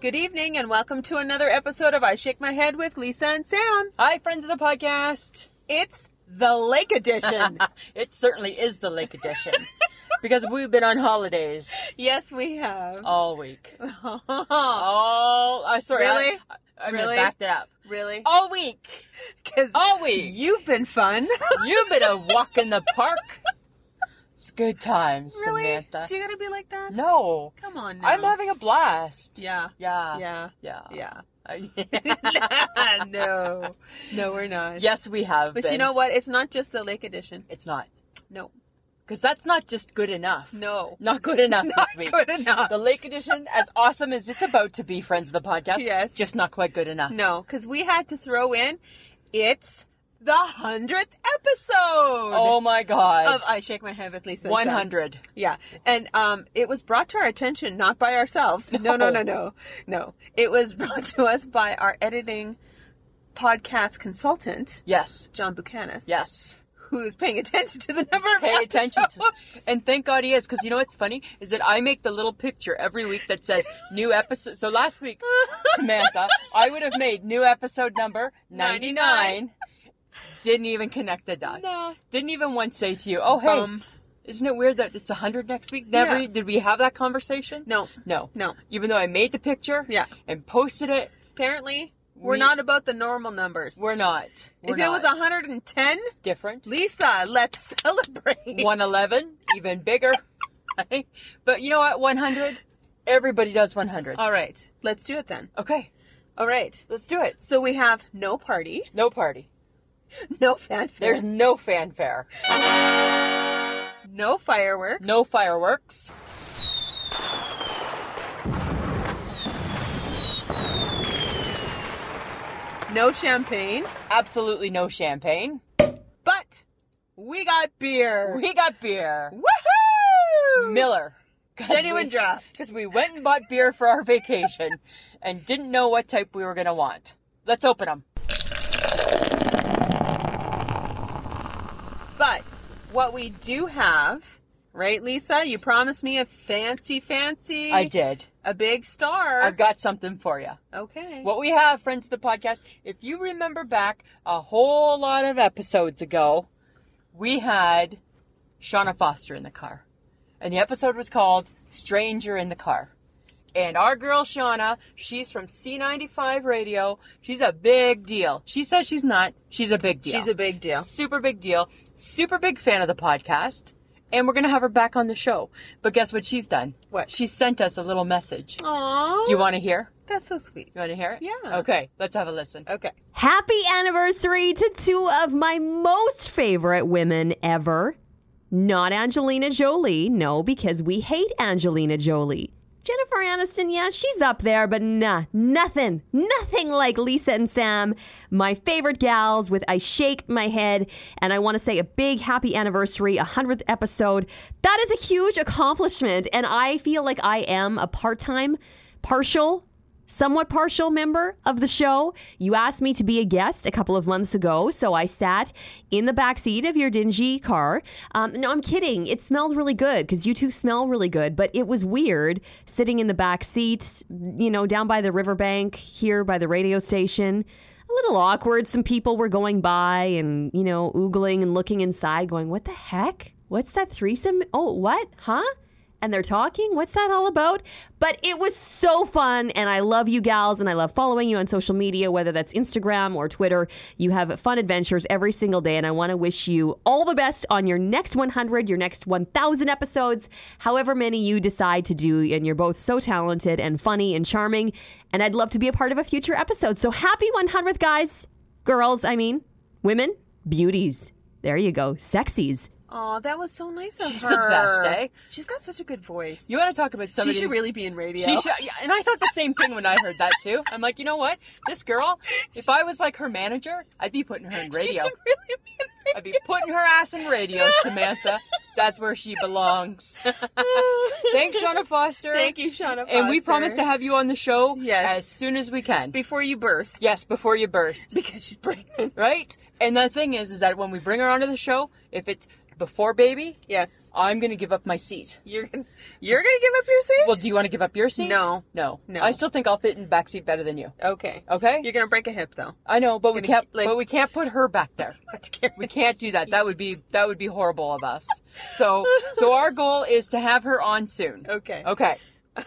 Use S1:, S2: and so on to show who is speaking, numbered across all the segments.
S1: Good evening and welcome to another episode of I Shake My Head with Lisa and Sam.
S2: Hi, friends of the podcast.
S1: It's the Lake Edition.
S2: it certainly is the Lake Edition because we've been on holidays
S1: yes, we have.
S2: all week. Oh, All I sorry. I-
S1: Oh. Really?
S2: I, I'm
S1: Really?
S2: gonna back that up.
S1: really?
S2: All week.
S1: Oh, 'Cause
S2: All week.
S1: you've been fun.
S2: You've been a walk in the park. It's good times,
S1: really?
S2: Samantha.
S1: Do you gotta be like that?
S2: No,
S1: Come on now.
S2: I'm having a blast.
S1: Yeah.
S2: Yeah.
S1: Yeah.
S2: Yeah.
S1: Yeah.
S2: yeah.
S1: no. No, we're not.
S2: Yes, we have.
S1: But
S2: been.
S1: you know what? It's not just the Lake Edition.
S2: it's not
S1: No.
S2: because that's not just good enough.
S1: No.
S2: Not good enough
S1: Not
S2: this week.
S1: good enough.
S2: The Lake Edition, as awesome as it's about to be, friends of the podcast,
S1: Yes.
S2: just not quite good enough.
S1: No, because we had to throw in it's the hundredth episode
S2: Oh my God.
S1: of I Shake My Head with Lisa. and Sam.
S2: One hundred.
S1: Yeah. And um it was brought to our attention not by ourselves. No, no, no,
S2: No.
S1: no. No. It was brought to us by our editing podcast consultant,
S2: Yes.
S1: John Buchanan.
S2: Yes.
S1: Who's paying attention to the number of
S2: Pay attention to
S1: episodes.
S2: and thank God he is, because you know what's funny? Is that I make the little picture every week that says new episode so last week, Samantha, I would have made new episode number ninety nine. Didn't even connect the dots.
S1: No.
S2: Didn't even once say to you, Oh hey,
S1: Um,
S2: isn't it weird that it's hundred next week? Never
S1: Yeah.
S2: did we have that conversation?
S1: no,
S2: No.
S1: no.
S2: Even though I made the picture
S1: Yeah.
S2: and posted it,
S1: Apparently, we're
S2: We-
S1: not about the normal numbers.
S2: We're not. We're
S1: if it was 110,
S2: different,
S1: Lisa, let's celebrate.
S2: 111, even bigger. but you know what? 100. Everybody does 100.
S1: All right, let's do it then.
S2: Okay,
S1: All right.
S2: let's do it.
S1: So we have no party,
S2: No party.
S1: no fanfare,
S2: There's no fanfare.
S1: no fireworks,
S2: No fireworks.
S1: no champagne,
S2: Absolutely no champagne.
S1: but we got beer.
S2: We got beer.
S1: Woohoo!
S2: Miller. God,
S1: Genuine
S2: we-
S1: draft.
S2: Just we went and bought beer for our vacation and didn't know what type we were going to want. Let's open them.
S1: But what we do have, right, Lisa? You promised me a fancy, fancy.
S2: I did.
S1: A big star.
S2: I've got something for you.
S1: okay.
S2: What we have, friends of the podcast, if you remember back a whole lot of episodes ago, we had Shauna Foster in the car. And the episode was called Stranger in the Car. And our girl Shauna, she's from C95 Radio. She's a big deal. She says she's not. She's a big deal.
S1: She's a big deal.
S2: super big deal. Super big fan of the podcast. And we're going to have her back on the show. But guess what she's done?
S1: What?
S2: She sent us a little message.
S1: Aww.
S2: Do you want to hear?
S1: That's so sweet.
S2: You want to hear it?
S1: Yeah.
S2: Okay, let's have a listen.
S1: Okay.
S3: Happy anniversary to two of my most favorite women ever. Not Angelina Jolie, no, because we hate Angelina Jolie. Jennifer Aniston, yeah, she's up there, but nah, nothing, nothing like Lisa and Sam, my favorite gals with I Shake My Head. And I want to say a big happy anniversary, 100th episode. That is a huge accomplishment. And I feel like I am a part time, partial somewhat partial member of the show. You asked me to be a guest a couple of months ago, so I sat in the back seat of your dingy car. Um, no, I'm kidding. It smelled really good because you two smell really good, but it was weird sitting in the back seat, you know, down by the riverbank here by the radio station. A little awkward. Some people were going by and, you know, oogling and looking inside, going, What the heck? What's that threesome? Oh, what? Huh? and they're talking. What's that all about? But it was so fun, and I love you gals, and I love following you on social media, whether that's Instagram or Twitter. You have fun adventures every single day, and I want to wish you all the best on your next 100, your next 1,000 episodes, however many you decide to do. And you're both so talented and funny and charming, and I'd love to be a part of a future episode. So happy 100th, guys, girls, I mean, women, beauties. There you go, sexies.
S1: Oh, that was so nice of
S2: She's the
S1: her.
S2: best, eh?
S1: She's got such a good voice.
S2: You want to talk about
S1: she
S2: somebody?
S1: should really be in radio.
S2: She should. Yeah, and I thought the same thing when I heard that too. I'm like, you know what? This girl, if I was like her manager, I'd be putting her in
S1: She
S2: radio.
S1: should really be in radio.
S2: I'd be putting her ass in radio, Samantha. That's where she belongs. Thanks, Shauna Foster.
S1: Thank you, Shauna.
S2: And we
S1: Foster.
S2: promise to have you on the show
S1: Yes.
S2: as soon as we can.
S1: before you burst.
S2: yes, before you burst.
S1: because she's pregnant.
S2: right? And the thing is, is that when we bring her onto the show, if it's before baby,
S1: Yes.
S2: I'm going to give up my seat.
S1: You're gonna you're gonna give up your seat?
S2: Well, do you want to give up your seat?
S1: No.
S2: No.
S1: No.
S2: I still think I'll fit in back seat better than you.
S1: okay.
S2: Okay?
S1: You're gonna break a hip though.
S2: I know, but we
S1: gonna
S2: can't
S1: keep, like-
S2: but we can't put her back there. We can't do that. That would be that would be horrible of us. So so our goal is to have her on soon.
S1: Okay.
S2: Okay.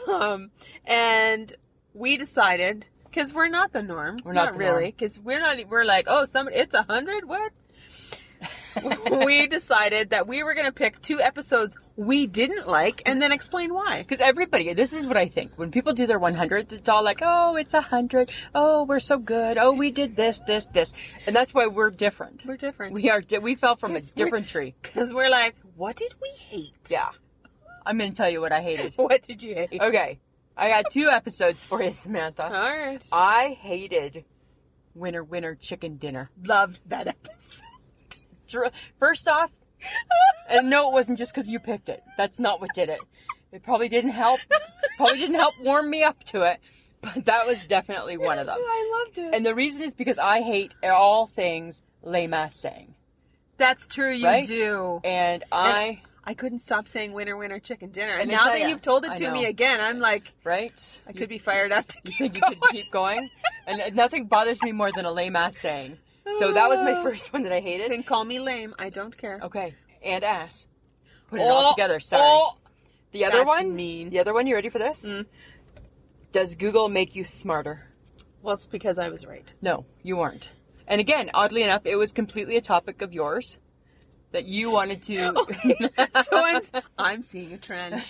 S1: Um, and we decided because we're not the norm.
S2: We're not the norm.
S1: really because we're not. We're like, oh, somebody, it's a hundred. What? we decided that we were gonna pick two episodes we didn't like and then explain why.
S2: Because everybody, this is what I think. When people do their 100, it's all like, oh, it's 100. Oh, we're so good. Oh, we did this, this, this. And that's why we're different.
S1: We're different.
S2: We are, di- we fell from a
S1: Yes, we're-
S2: different tree.
S1: Because we're like, what did we hate?
S2: Yeah. I'm going to tell you what I hated.
S1: What did you hate?
S2: Okay. I got two episodes for you, Samantha.
S1: All right.
S2: I hated Winter Winter Chicken Dinner.
S1: Loved that episode.
S2: Dr- First off, and no, it wasn't just because you picked it. That's not what did it. It probably didn't help. Probably didn't help warm me up to it. But that was definitely one of them.
S1: I loved it.
S2: And the reason is because I hate all things Lema sang.
S1: that's true. You
S2: Right?
S1: do.
S2: And I,
S1: I couldn't stop saying winner, winner, chicken dinner. And
S2: And I
S1: now
S2: tell
S1: that
S2: ya,
S1: you've told it
S2: I
S1: to
S2: know.
S1: me again, I'm like,
S2: right?
S1: I
S2: You
S1: could be fired up to
S2: think you could keep going? And nothing bothers me more than a Lema sang. So that was my first one that I hated.
S1: Then call me lame. I don't care.
S2: Okay. And ass. Oh, Put it all together. Sorry.
S1: oh,
S2: the other
S1: that's
S2: one?
S1: mean.
S2: The other one, you ready for this?
S1: Mm.
S2: Does Google make you smarter?
S1: Well, it's because I was right.
S2: No, you aren't. And again, oddly enough, it was completely a topic of yours that you wanted to.
S1: Okay. so I'm, I'm seeing a trend.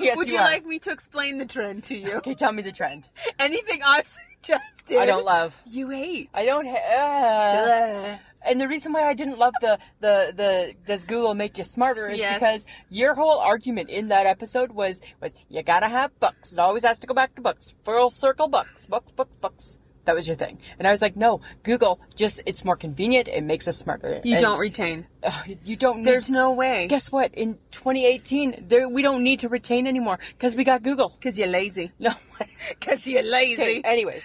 S2: yes,
S1: Would you,
S2: are.
S1: like me to explain the trend to you?
S2: Okay, tell me the trend.
S1: Anything I've suggested,
S2: I don't love.
S1: You hate.
S2: I don't. Ha- uh, and the reason why I didn't love the the the does Google make you smarter is
S1: Yes.
S2: because your whole argument in that episode was was you gotta have books. It always has to go back to books. Full circle books, books, books, books. That was your thing, and I was like, no, Google just it's more convenient. It makes us smarter.
S1: You
S2: And,
S1: don't retain.
S2: uh, you don't. Need,
S1: There's no way.
S2: guess what? In 2018, there we don't need to retain anymore because we got Google.
S1: Because you're lazy.
S2: No.
S1: Because you're lazy.
S2: okay. Anyways.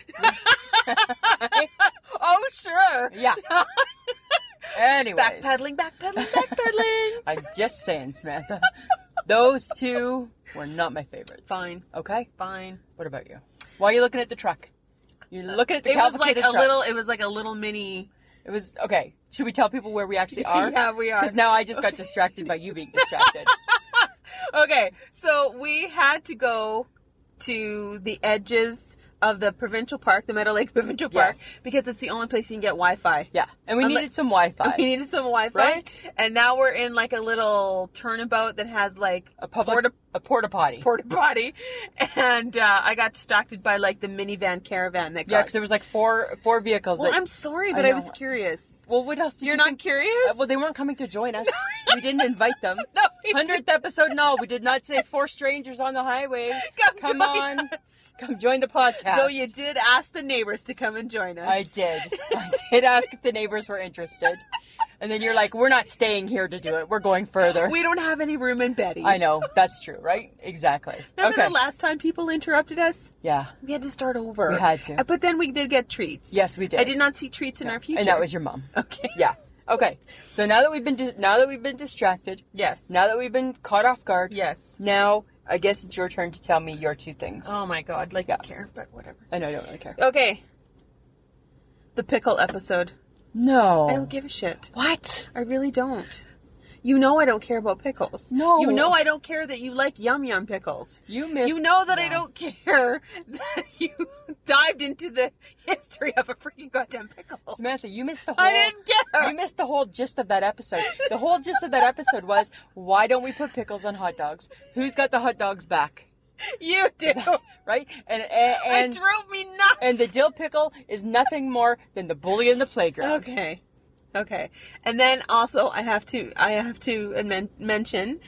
S1: Oh, sure.
S2: Yeah. Anyways.
S1: Backpedaling, backpedaling, backpedaling.
S2: I'm just saying, Samantha. Those two were not my favorites.
S1: Fine.
S2: Okay.
S1: Fine.
S2: What about you? Why are you looking at the truck? You're looking at the
S1: Uh, it was like
S2: complicated
S1: a
S2: truck.
S1: little. It was like a little mini.
S2: It was okay. Should we tell people where we actually are?
S1: Yeah, we are.
S2: Because now I just got distracted by you being distracted.
S1: Okay, so we had to go to the edges of the provincial park, the Meadow Lake Provincial Park,
S2: Yes.
S1: because it's the only place you can get Wi-Fi.
S2: yeah. And we
S1: Unless-
S2: needed some Wi-Fi.
S1: We needed some Wi-Fi,
S2: Right?
S1: and now we're in like a little turnabout that has like
S2: a public
S1: porta
S2: a porta potty.
S1: porta potty, and uh, I got distracted by like the minivan caravan that
S2: yeah,
S1: got.
S2: because there was like four four vehicles.
S1: well,
S2: that-
S1: I'm sorry,
S2: I
S1: but I,
S2: know.
S1: was curious.
S2: well, what else did
S1: You're
S2: you
S1: not
S2: think-
S1: curious?
S2: Uh, well, they weren't coming to join us. we didn't invite them.
S1: no, we
S2: Hundredth episode, no, we did not say four strangers on the highway.
S1: Come join
S2: on,
S1: us.
S2: come join the podcast.
S1: Though you did ask the neighbors to come and join us.
S2: I did. I did ask if the neighbors were interested, and then you're like, "We're not staying here to do it. We're going further."
S1: We don't have any room in Betty.
S2: I know that's true, right? Exactly.
S1: Remember
S2: okay.
S1: the last time people interrupted us?
S2: yeah.
S1: We had to start over.
S2: We had to.
S1: Uh, But then we did get treats.
S2: Yes, we did.
S1: I did not see treats in our future.
S2: And that was your mom.
S1: okay.
S2: Yeah. Okay. So now that we've been di- now that we've been distracted,
S1: Yes.
S2: now that we've been caught off guard,
S1: Yes.
S2: Now I guess it's your turn to tell me your two things.
S1: Oh my God! Like
S2: Yeah.
S1: I care, but whatever.
S2: I know you don't really care.
S1: Okay. The pickle episode.
S2: No.
S1: I don't give a shit.
S2: What?
S1: I really don't. You know I don't care about pickles.
S2: No.
S1: You know I don't care that you like yum yum pickles.
S2: You missed.
S1: You know that I
S2: No.
S1: don't care that you dived into the history of a freaking goddamn pickle.
S2: Samantha, you missed the whole.
S1: I didn't care.
S2: You missed the whole gist of that episode. The whole gist of that episode was why don't we put pickles on hot dogs? Who's got the hot dogs back?
S1: You do.
S2: Right? And and
S1: It
S2: and,
S1: drove me nuts.
S2: and the dill pickle is nothing more than the bully in the playground.
S1: okay, okay. And then also I have to I have to men- mention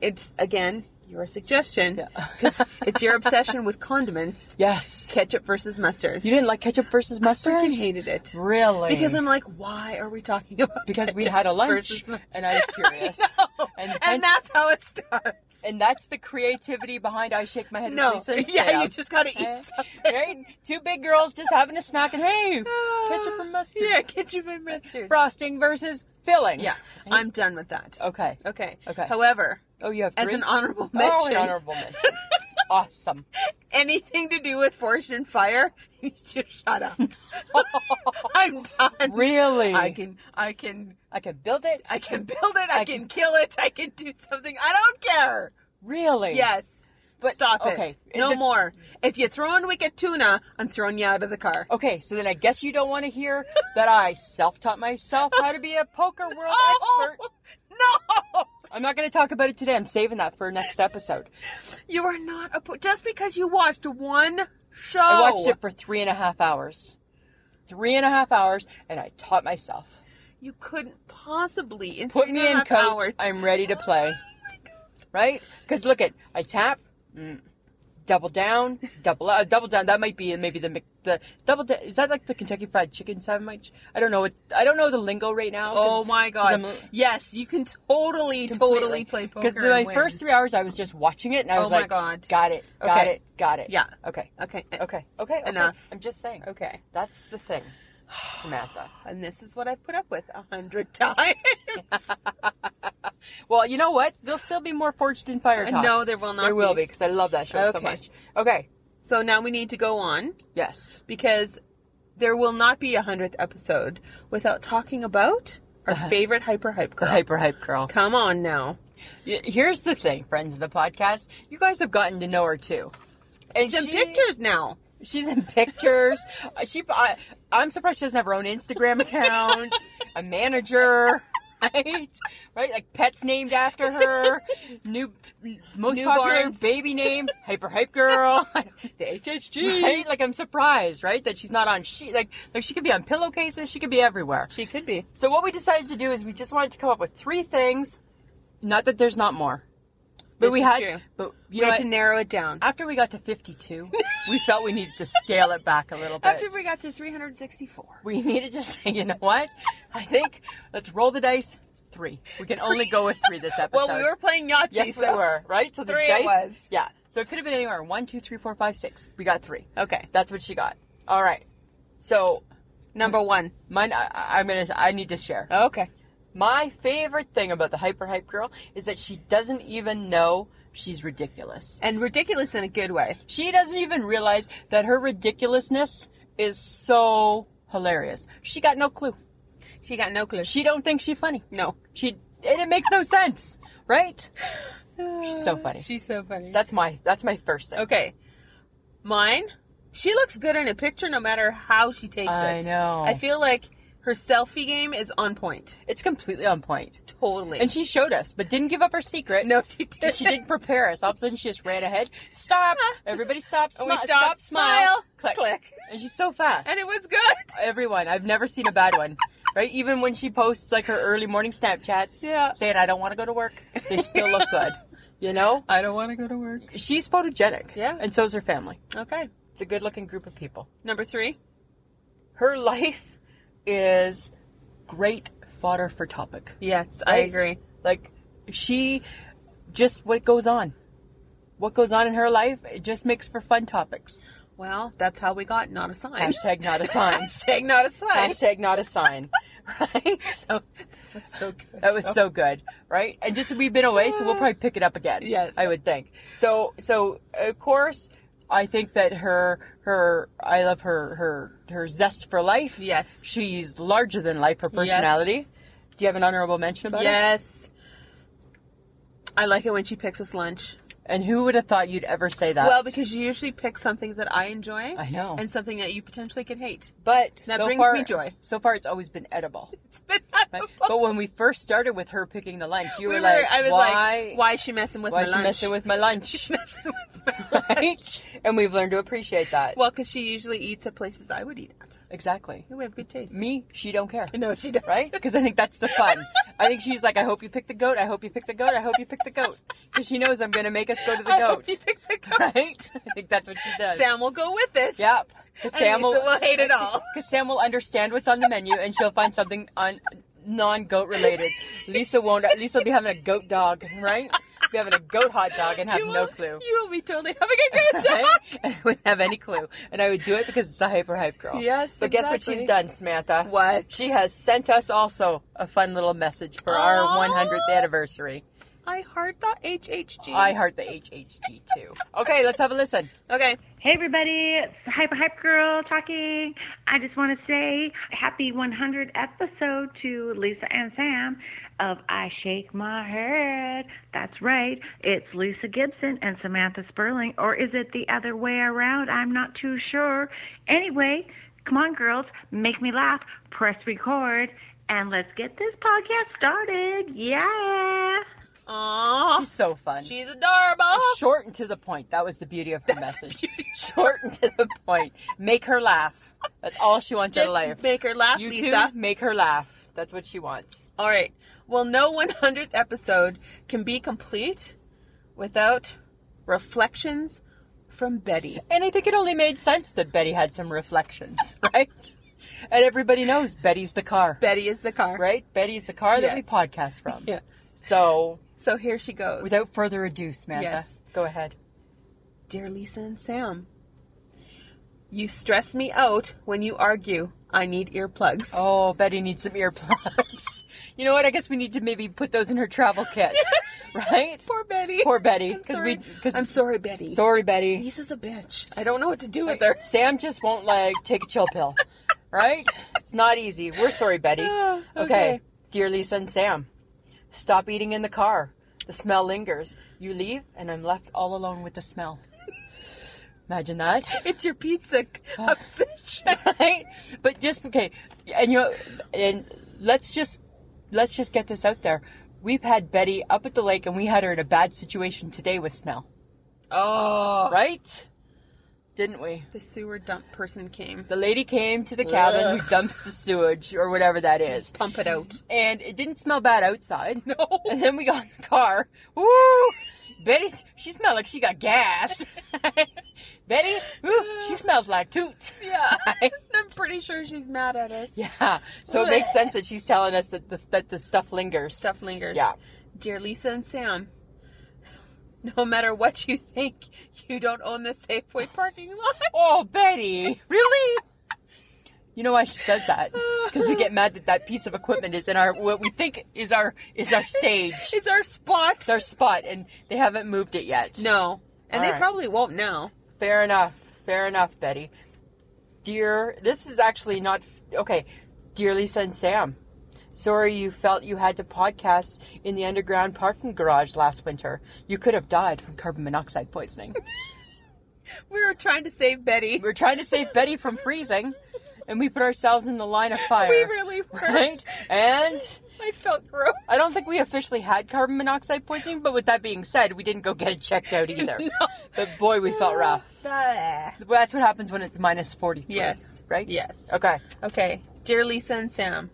S1: it's again your suggestion
S2: Yeah.
S1: 'cause it's your obsession with condiments,
S2: Yes.
S1: ketchup versus mustard.
S2: You didn't like ketchup versus mustard?
S1: freaking hated it.
S2: Really?
S1: Because I'm like, why are we talking about?
S2: because we
S1: ketchup
S2: had a lunch
S1: versus mustard?
S2: and I was curious.
S1: I know.
S2: And
S1: And,
S2: then-
S1: that's how it starts.
S2: And that's the creativity behind I Shake My Head. with
S1: No.
S2: Lisa and
S1: Yeah, you
S2: Sam.
S1: just gotta
S2: Eh,
S1: eat something.
S2: Right? Two big girls just having a snack and hey, ketchup and mustard.
S1: Yeah, ketchup and mustard.
S2: Frosting versus filling.
S1: Yeah, I'm done with that.
S2: Okay.
S1: Okay.
S2: Okay.
S1: However,
S2: Oh, you have
S1: as
S2: three?
S1: an honorable mention,
S2: Oh, an honorable mention. awesome.
S1: anything to do with forest and fire, you just shut up. I'm done.
S2: Really?
S1: I can, I can,
S2: I can build it.
S1: I can build it. I,
S2: I
S1: can, kill it. I can do something. I don't care.
S2: really?
S1: Yes.
S2: But-
S1: Stop
S2: okay.
S1: it. No
S2: The-
S1: more. If you throw in wicked tuna, I'm throwing you out of the car.
S2: Okay, so then I guess you don't want to hear that I self-taught myself how to be a poker world expert.
S1: Oh, no!
S2: I'm not going to talk about it today. I'm saving that for next episode.
S1: You are not a po- just because you watched one show.
S2: I watched it for three and a half hours. Three and a half hours, and I taught myself.
S1: You couldn't possibly in
S2: Put
S1: three
S2: me
S1: and a
S2: in,
S1: half
S2: coach.
S1: hours- Oh
S2: I'm ready to play. Right? Because look at I tap, mm, double down, double uh, double down. That might be maybe the Mc- the double. Da- is that like the Kentucky Fried Chicken sandwich? I don't know. It, I don't know the lingo right now. 'cause-
S1: Oh my god!
S2: 'cause I'm-
S1: yes, you can totally, totally play poker.
S2: Because
S1: and
S2: my
S1: win.
S2: first three hours, I was just watching it, and I
S1: Oh
S2: was
S1: my
S2: like,
S1: God.
S2: "Got it, got
S1: Okay.
S2: it, got it."
S1: Yeah.
S2: Okay.
S1: Okay.
S2: Okay. Okay. okay.
S1: Enough.
S2: I'm just saying.
S1: Okay.
S2: That's the thing, Samantha.
S1: And this is what I've put up with a hundred times.
S2: Well, you know what? There'll still be more Forged in Fire
S1: Uh,
S2: talks.
S1: no, there will not
S2: There will
S1: be.
S2: be because I love that show so
S1: Okay.
S2: much. Okay.
S1: so now we need to go on
S2: Yes.
S1: because there will not be a hundredth episode without talking about our
S2: Uh-huh.
S1: favorite hyper hype girl.
S2: Hyper hype girl.
S1: Come on now.
S2: Y- Here's the thing, friends of the podcast. You guys have gotten to know her too. And
S1: It's in
S2: she-
S1: pictures now.
S2: She's in pictures. Uh, She, I, I'm surprised she doesn't have her own Instagram account, a manager, right? Right, like pets named after her. New, most popular
S1: Newborns.
S2: baby name, Hyper Hype Girl.
S1: The HHG.
S2: Right, like I'm surprised, right, that she's not on. She like, like she could be on pillowcases. She could be everywhere.
S1: She could be.
S2: So what we decided to do is we just wanted to come up with three things. Not that there's not more, but
S1: This
S2: we
S1: is
S2: had,
S1: true.
S2: but
S1: You
S2: you know
S1: had
S2: what?
S1: to narrow it down.
S2: after we got to 52, we felt we needed to scale it back a little bit.
S1: After we got to 364.
S2: we needed to say, you know what? I think let's roll the dice. Three. We can only go with three this episode.
S1: Well, we were playing Yahtzee.
S2: Yes, we
S1: so-
S2: were. Right. So the
S1: Three it
S2: dice.
S1: was.
S2: Yeah. So it could have been anywhere. One, two, three, four, five, six. We got three.
S1: Okay.
S2: That's what she got. All right. So
S1: Number one.
S2: mine. I, I- I'm gonna. I need to share.
S1: Okay.
S2: My favorite thing about the hyper hype girl is that she doesn't even know she's ridiculous.
S1: And ridiculous in a good way.
S2: She doesn't even realize that her ridiculousness is so hilarious. She got no clue.
S1: She got no clue.
S2: She don't think she funny.
S1: no.
S2: She and it makes no sense, right? She's so funny.
S1: She's so funny.
S2: That's my that's my first thing.
S1: okay. Mine. She looks good in a picture no matter how she takes
S2: I
S1: it.
S2: know.
S1: I feel like her selfie game is on point.
S2: It's completely on point.
S1: Totally.
S2: And she showed us, but didn't give up her secret.
S1: no, she did.
S2: 'cause she didn't prepare us. All of a sudden, she just ran ahead. Stop! Everybody, stop!
S1: And we
S2: smi-
S1: stopped, smile,
S2: click.
S1: click.
S2: And she's so fast.
S1: And it was good.
S2: Everyone, I've never seen a bad one. Right? Even when she posts like her early morning Snapchats,
S1: Yeah.
S2: saying I don't want to go to work, they still look good. You know,
S1: I don't want to go to work.
S2: she's photogenic.
S1: Yeah.
S2: And so's her family.
S1: Okay.
S2: It's a good-looking group of people.
S1: Number three.
S2: her life is great fodder for topic.
S1: Yes, I
S2: Right?
S1: agree.
S2: Like she just what goes on. What goes on in her life, it just makes for fun topics.
S1: Well, that's how we got not a sign.
S2: Hashtag not a sign.
S1: Hashtag not a sign.
S2: Hashtag not a sign. Right? So
S1: That's so good.
S2: that was so good, right? And just we've been away, so we'll probably pick it up again.
S1: Yes.
S2: I would think. So so of course I think that her her I love her her her zest for life.
S1: Yes.
S2: She's larger than life, her personality. Do you have an honorable mention about her?
S1: Yes. I like it when she picks us lunch.
S2: And who would have thought you'd ever say that?
S1: Well, because you usually pick something that I enjoy
S2: I know.
S1: and something that you potentially could hate.
S2: but
S1: that
S2: so
S1: brings
S2: far,
S1: me joy.
S2: So far, it's always been edible.
S1: It's been
S2: Right?
S1: unbelievable.
S2: but when we first started with her picking the lunch, you
S1: we
S2: were,
S1: were,
S2: like,
S1: I was
S2: "Why?
S1: like, why is she messing with
S2: why
S1: my
S2: is she
S1: lunch?
S2: messing with my lunch?"
S1: messing with my
S2: right? And we've learned to appreciate that.
S1: Well, because she usually eats at places I would eat at.
S2: exactly.
S1: We have good taste.
S2: Me, she don't care.
S1: No, she doesn't.
S2: Right? Because I think that's the fun. I think she's like, I hope you pick the goat. I hope you pick the goat. I hope you pick the goat. Because she knows I'm gonna make us go to the
S1: I
S2: goat.
S1: hope you pick the goat.
S2: Right? I think that's what she does.
S1: Sam will go with it.
S2: Yep.
S1: And Lisa will hate it all.
S2: Because Sam will understand what's on the menu and she'll find something on non-goat related. Lisa won't. Lisa will be having a goat dog, right? be having a goat hot dog and have
S1: you
S2: no
S1: will,
S2: clue.
S1: You will be totally having a good
S2: Right?
S1: job.
S2: and I wouldn't have any clue. And I would do it because it's a hyper hype girl.
S1: Yes,
S2: But guess what she's
S1: exactly.
S2: done, Samantha?
S1: What?
S2: She has sent us also a fun little message for our
S1: Aw.
S2: 100th anniversary.
S1: I heart the HHG.
S2: I heart the HHG too. Okay, let's have a listen.
S1: Okay.
S4: Hey everybody, it's Hyper Hype Girl talking. I just want to say happy 100 episode to Lisa and Sam of I Shake My Head. That's right, it's Lisa Gibson and Samantha Sperling, or is it the other way around? I'm not too sure. Anyway, come on girls, make me laugh, press record, and let's get this podcast started. Yeah!
S1: Aww.
S2: She's so fun.
S1: She's adorable.
S2: Short and to the point. That was the beauty of her message. Short and to the point. Make her laugh. That's all she wants out
S1: Just
S2: of life.
S1: make her laugh,
S2: You
S1: Lisa.
S2: two, make her laugh. That's what she wants.
S1: All right. Well, no 100th episode can be complete without reflections from Betty.
S2: And I think it only made sense that Betty had some reflections, right? and everybody knows Betty's the car,
S1: Betty is the car.
S2: right? Betty's the car that we
S1: Yes.
S2: podcast from.
S1: Yes.
S2: So,
S1: So here she goes.
S2: without further ado, Samantha,
S1: Yes.
S2: go ahead.
S1: Dear Lisa and Sam, you stress me out when you argue. I need earplugs.
S2: Oh, Betty needs some earplugs. you know what? I guess we need to maybe put those in her travel kit, right?
S1: Poor Betty.
S2: Poor Betty,
S1: I'm
S2: 'cause
S1: sorry.
S2: we- 'cause-
S1: I'm sorry, Betty.
S2: Sorry, Betty.
S1: Lisa's a bitch. I don't know what to do with her.
S2: Sam just won't like take a chill pill, right? It's not easy. We're sorry, Betty.
S1: Ah,
S2: Okay. Dear Lisa and Sam, stop eating in the car. The smell lingers. You leave, and I'm left all alone with the smell. Imagine that.
S1: It's your pizza c- obsession.
S2: Right? But just okay, and you know, and let's just let's just get this out there. We've had Betty up at the lake, and we had her in a bad situation today with smell,
S1: Oh.
S2: right? Didn't we?
S1: The sewer dump person came.
S2: The lady came to the cabin
S1: Ugh.
S2: who dumps the sewage or whatever that is.
S1: Pump it out.
S2: and it didn't smell bad outside. No. And then we got in the car. Woo! Betty, she smelled like she got gas. Betty, woo, she smells like toots.
S1: Yeah. I'm pretty sure she's mad at us.
S2: Yeah. So it makes sense that she's telling us that the, that the stuff lingers.
S1: Stuff lingers.
S2: Yeah.
S1: Dear Lisa and Sam, no matter what you think, you don't own the Safeway parking lot.
S2: Oh, Betty, really? You know why she says that? Because we get mad that that piece of equipment is in our what we think is our is our stage.
S1: It's our spot.
S2: It's our spot, and they haven't moved it yet.
S1: No. And
S2: All
S1: they
S2: right.
S1: probably won't now.
S2: Fair enough. Fair enough, Betty. Dear, this is actually not okay. Dear Lisa and Sam, sorry you felt you had to podcast in the underground parking garage last winter. You could have died from carbon monoxide poisoning.
S1: We were trying to save Betty.
S2: we were trying to save Betty from freezing, and we put ourselves in the line of fire.
S1: We really were.
S2: right? And
S1: I felt gross.
S2: I don't think we officially had carbon monoxide poisoning, but with that being said, we didn't go get it checked out either. But boy, we
S1: Uh,
S2: felt rough. That's what happens when it's minus 43.
S1: Yes.
S2: Right?
S1: Yes.
S2: Okay.
S1: Okay, dear Lisa and Sam,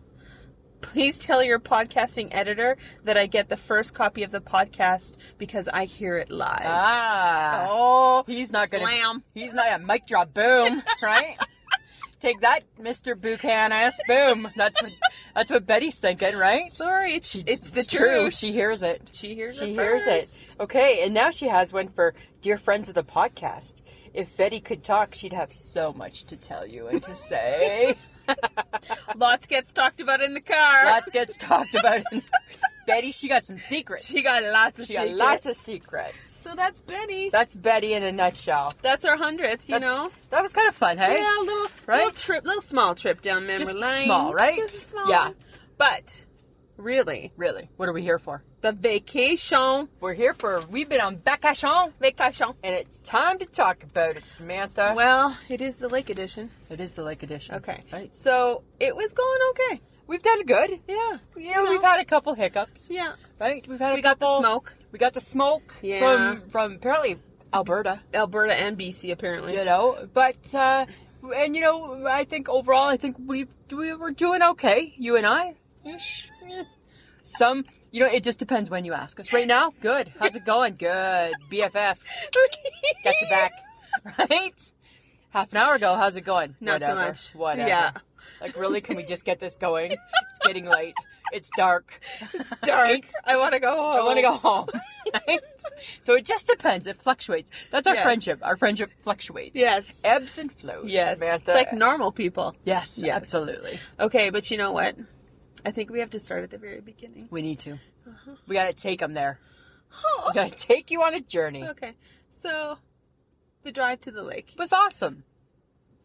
S1: please tell your podcasting editor that I get the first copy of the podcast because I hear it live.
S2: Ah.
S1: oh,
S2: He's not gonna.
S1: slam.
S2: He's not a mic drop. Boom. Right. Take that, Mr. Buchanan. Boom. That's what. That's what Betty's thinking, right?
S1: sorry, it's, it's the
S2: true.
S1: truth.
S2: She hears it.
S1: She hears
S2: She
S1: it.
S2: hears it.
S1: first.
S2: Okay, and now she has one for dear friends of the podcast. If Betty could talk, she'd have so much to tell you and to say.
S1: Lots gets talked about in the car.
S2: Lots gets talked about. In- Betty, she got some secrets.
S1: She got lots of
S2: She got
S1: secrets.
S2: lots of secrets.
S1: So that's Benny.
S2: That's Betty in a nutshell.
S1: That's our hundredth, you
S2: That's-
S1: know.
S2: That was kind of fun, hey?
S1: Yeah, a little,
S2: Right?
S1: little trip, little small trip down memory
S2: Just
S1: lane.
S2: small, right?
S1: Just a small.
S2: Yeah.
S1: But really,
S2: Really, what are we here for?
S1: the vacation,
S2: We're here for we've been on vacation,
S1: vacation.
S2: and it's time to talk about it, Samantha.
S1: Well, it is the lake edition.
S2: it is the lake edition.
S1: Okay.
S2: right.
S1: So it was going okay.
S2: We've done good.
S1: Yeah.
S2: Yeah,
S1: know.
S2: we've had a couple hiccups,
S1: Yeah.
S2: right? We've had
S1: we
S2: a
S1: got
S2: couple.
S1: the smoke.
S2: We got the smoke
S1: Yeah.
S2: from from apparently Alberta,
S1: Alberta and BC apparently.
S2: you know. But uh, and you know, I think overall, I think we we were doing okay, you and I. Ish. Eh. Some, you know, it just depends when you ask us. Right now, good. How's it going? Good. BFF. Got your back, right? Half an hour ago, how's it going?
S1: Not so
S2: Whatever.
S1: much.
S2: Whatever.
S1: Yeah.
S2: Like, really, can we just get this going? It's getting late. It's dark. It's
S1: Dark. I want to go home.
S2: I want to go home. So it just depends. It fluctuates. That's our
S1: Yes.
S2: friendship. Our friendship fluctuates.
S1: Yes.
S2: Ebbs and flows.
S1: Yes. It's
S2: Samantha.
S1: like normal people.
S2: yes,
S1: Yes.
S2: absolutely.
S1: Okay, but you know what? I think we have to start at the very beginning. Oh,
S2: We need to.
S1: Uh-huh.
S2: We gotta take them there. We gotta take you on a journey. It
S1: Okay. So the drive to the lake.
S2: was awesome.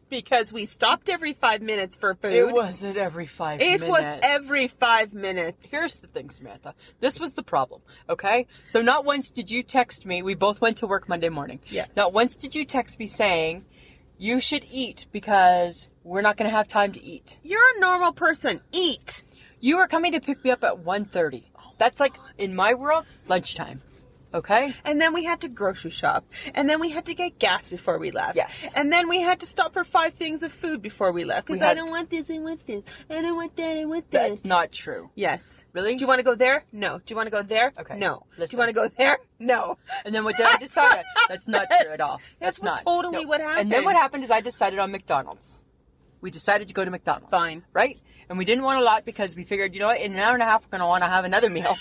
S1: Because we stopped every five minutes for food.
S2: It wasn't every five
S1: It
S2: minutes.
S1: was every five minutes.
S2: Here's the thing, Samantha. This was the problem, okay? So not once did you text me. We both went to work Monday morning.
S1: Yes.
S2: Not once did you text me saying, you should eat because we're not going to have time to eat.
S1: You're a normal person. Eat.
S2: You are coming to pick me up at 1.30. That's like, in my world, lunchtime, okay?
S1: And then we had to grocery shop. And then we had to get gas before we left.
S2: Yes.
S1: And then we had to stop for five things of food before we left. Because
S2: We
S1: I
S2: had-
S1: don't want this, I want this. I don't want that, I want this.
S2: That's not true.
S1: Yes.
S2: Really?
S1: Do you want to go there? No. Do you want to go there?
S2: Okay.
S1: No. Do
S2: Listen.
S1: you want to go there? No.
S2: And then what did I decide? on? That's not true at all.
S1: That's
S2: That's,
S1: what-
S2: not
S1: totally what
S2: And then
S1: happened.
S2: what happened is I decided on McDonald's. We decided to go to McDonald's.
S1: Fine.
S2: Right? And we didn't want a lot because we figured, you know what, in an hour and a half we're gonna want to have another meal.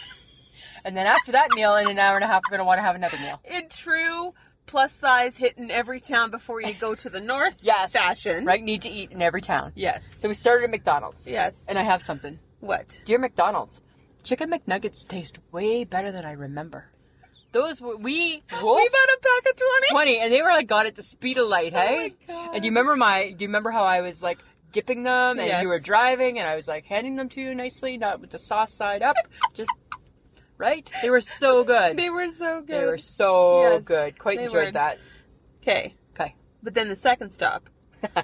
S2: and then after that meal, in an hour and a half we're gonna want to have another meal.
S1: In true plus size hitting every town before you go to the north
S2: Yes.
S1: fashion.
S2: Right? Need to eat in every town.
S1: Yes.
S2: So we started at McDonald's.
S1: Yes.
S2: And I have something.
S1: what?
S2: Dear McDonald's, chicken McNuggets taste way better than I remember. Those were we
S1: We
S2: wolfed
S1: bought a pack of 20.
S2: 20 and they were like gone at the speed of light hey
S1: my God.
S2: and do you remember my do you remember how i was like dipping them and
S1: Yes.
S2: you were driving and i was like handing them to you nicely not with the sauce side up just right they were so good
S1: They were so good.
S2: They were so
S1: Yes,
S2: good quite
S1: they
S2: enjoyed
S1: were.
S2: that
S1: Okay.
S2: okay
S1: But then the second stop.
S2: uh,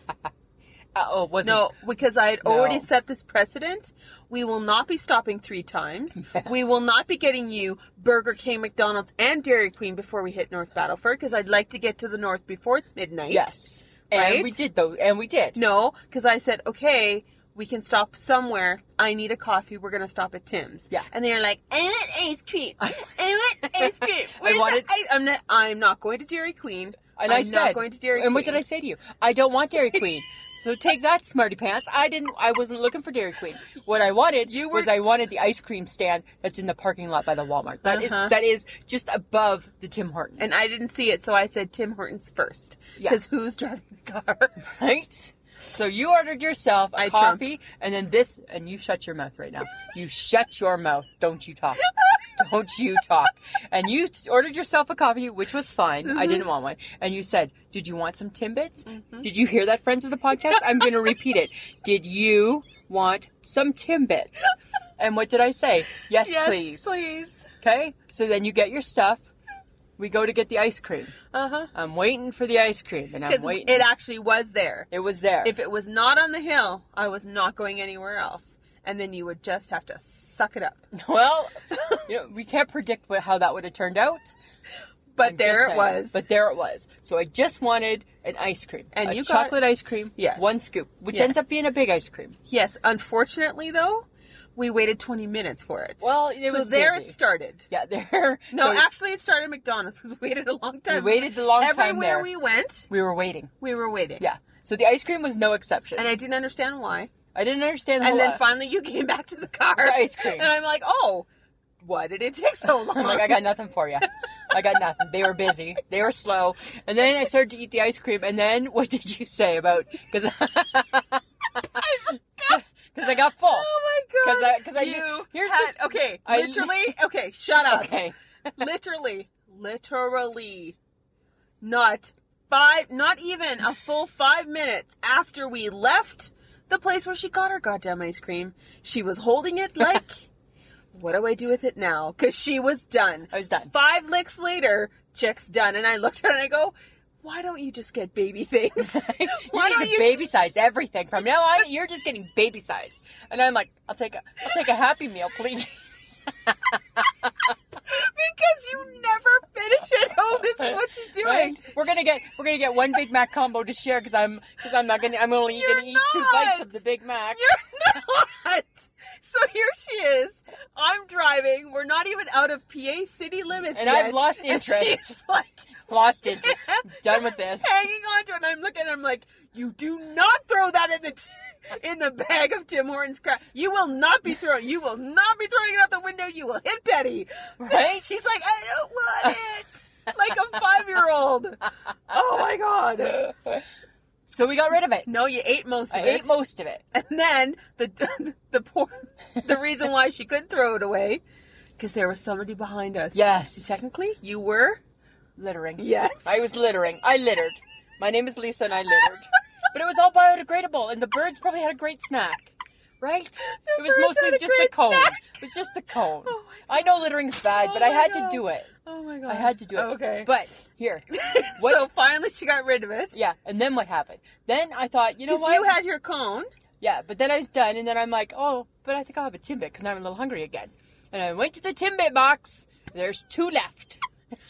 S2: oh wasn't
S1: No, because I had
S2: No.
S1: already set this precedent. We will not be stopping three times. We will not be getting you Burger King, McDonald's, and Dairy Queen before we hit North Battleford because I'd like to get to the north before it's midnight.
S2: yes
S1: Right?
S2: and we did though and we did
S1: No, because I said, okay, we can stop somewhere. I need a coffee. We're gonna stop at Tim's.
S2: Yeah.
S1: And they're like, I want ice cream. I want ice cream.
S2: I
S1: Where's the
S2: wanted-
S1: ice- I'm not. I'm not going to Dairy Queen.
S2: and
S1: I'm
S2: i said
S1: not going to Dairy Queen.
S2: and what did i say to you i don't want dairy queen So take that, smarty pants. I didn't. I wasn't looking for Dairy Queen. What I wanted
S1: You
S2: was
S1: were-
S2: I wanted the ice cream stand that's in the parking lot by the Walmart. That is
S1: Uh-huh.
S2: that is just above the Tim Hortons.
S1: And I didn't see it, so I said Tim Hortons first.
S2: Yeah.
S1: Because who's driving the car?
S2: right. So you ordered yourself a
S1: I trumped.
S2: coffee, and then this, and you shut your mouth right now. You shut your mouth. Don't you talk. Don't you talk. And you t- ordered yourself a coffee, which was fine. I
S1: Mm-hmm.
S2: didn't want one. And you said, Did you want some Timbits? Did you hear that, friends of the podcast? I'm going to repeat it. Did you want some Timbits? And what did I say? Yes, please.
S1: please.
S2: Okay? So then you get your stuff. We go to get the ice cream.
S1: Uh huh.
S2: I'm waiting for the ice cream, and I'm
S1: Because
S2: waiting.
S1: it actually was there.
S2: it was there.
S1: If it was not on the hill, I was not going anywhere else. And then you would just have to suck it up.
S2: Well, you know, we can't predict what, how that would have turned out.
S1: But
S2: I'm just
S1: there it
S2: saying.
S1: was.
S2: But there it was. So I just wanted an ice cream,
S1: And
S2: a
S1: you got-
S2: chocolate ice cream,
S1: Yes.
S2: one scoop, which
S1: Yes.
S2: ends up being a big ice cream.
S1: yes, unfortunately though, we waited 20 minutes for it.
S2: Well, it
S1: so
S2: was
S1: there
S2: busy.
S1: it started.
S2: Yeah, there.
S1: No,
S2: so
S1: actually, it started at McDonald's because we waited a long time.
S2: waited the long time
S1: Everywhere
S2: there.
S1: we went,
S2: we were waiting.
S1: we were waiting.
S2: Yeah. So the ice cream was no exception.
S1: And I didn't understand why.
S2: I didn't understand. the
S1: And
S2: whole-
S1: then finally you came back to the car.
S2: The ice cream.
S1: And I'm like, oh, why did it take so long?
S2: I'm like, I got nothing for you. I got nothing. They were busy. They were slow. And then I started to eat the ice cream. And then what did you say about? Because I got full.
S1: Oh my god.
S2: 'Cause I- 'cause I
S1: you
S2: knew-
S1: here's
S2: here's
S1: had,
S2: the-
S1: okay,
S2: I-
S1: literally, okay, shut up.
S2: Okay.
S1: Literally, literally, not five, not even a full five minutes after we left the place where she got her goddamn ice cream, she was holding it like, what do I do with it now? Cause she was done.
S2: I was done.
S1: Five licks later, chick's done. And I looked at her and I go, why don't you just get baby things?
S2: Why don't you baby size everything from now on? You're just getting baby size, and I'm like, I'll take a, I'll take a happy meal, please.
S1: because you never finish it. Oh, this is what she's doing.
S2: Right? We're gonna get, we're gonna get one Big Mac combo to share because I'm, because I'm not gonna, I'm only
S1: You're
S2: gonna eat two bites
S1: not.
S2: of the Big Mac.
S1: You're not. So here she is. I'm driving. We're not even out of PA city limits
S2: And
S1: yet.
S2: I've lost
S1: And
S2: interest.
S1: she's like
S2: Lost it. Done with this.
S1: hanging on to it. And I'm looking. I'm I'm like, you do not throw that in the t- in the bag of Tim Hortons crap. You will not be throwing. You will not be throwing it out the window. You will hit Betty.
S2: Right?
S1: She's like, I don't want it. like a five year old. Oh my god.
S2: So we got rid of it.
S1: No, you ate most of
S2: I
S1: it.
S2: ate most of it.
S1: And then the the poor the reason why she couldn't throw it away because there was somebody behind us.
S2: Yes.
S1: Technically, you were.
S2: Littering.
S1: Yes.
S2: I was littering. I littered. My name is Lisa and I littered. But it was all biodegradable and the birds probably had a great snack. Right? it was
S1: birds
S2: mostly
S1: had a
S2: just the
S1: great
S2: cone.
S1: snack.
S2: It was just the cone.
S1: Oh my
S2: I know littering's bad,
S1: Oh
S2: but I
S1: my
S2: had
S1: God.
S2: to do it.
S1: Oh my god.
S2: I had to do it.
S1: Okay.
S2: But here.
S1: What?
S2: What-
S1: so finally she got rid of it.
S2: Yeah, and then what happened? Then I thought, you know
S1: Because
S2: what?
S1: you had your cone.
S2: Yeah, but then I was done, and then I'm like, oh, but I think I'll have a Timbit because now I'm a little hungry again. And I went to the Timbit box. There's two left.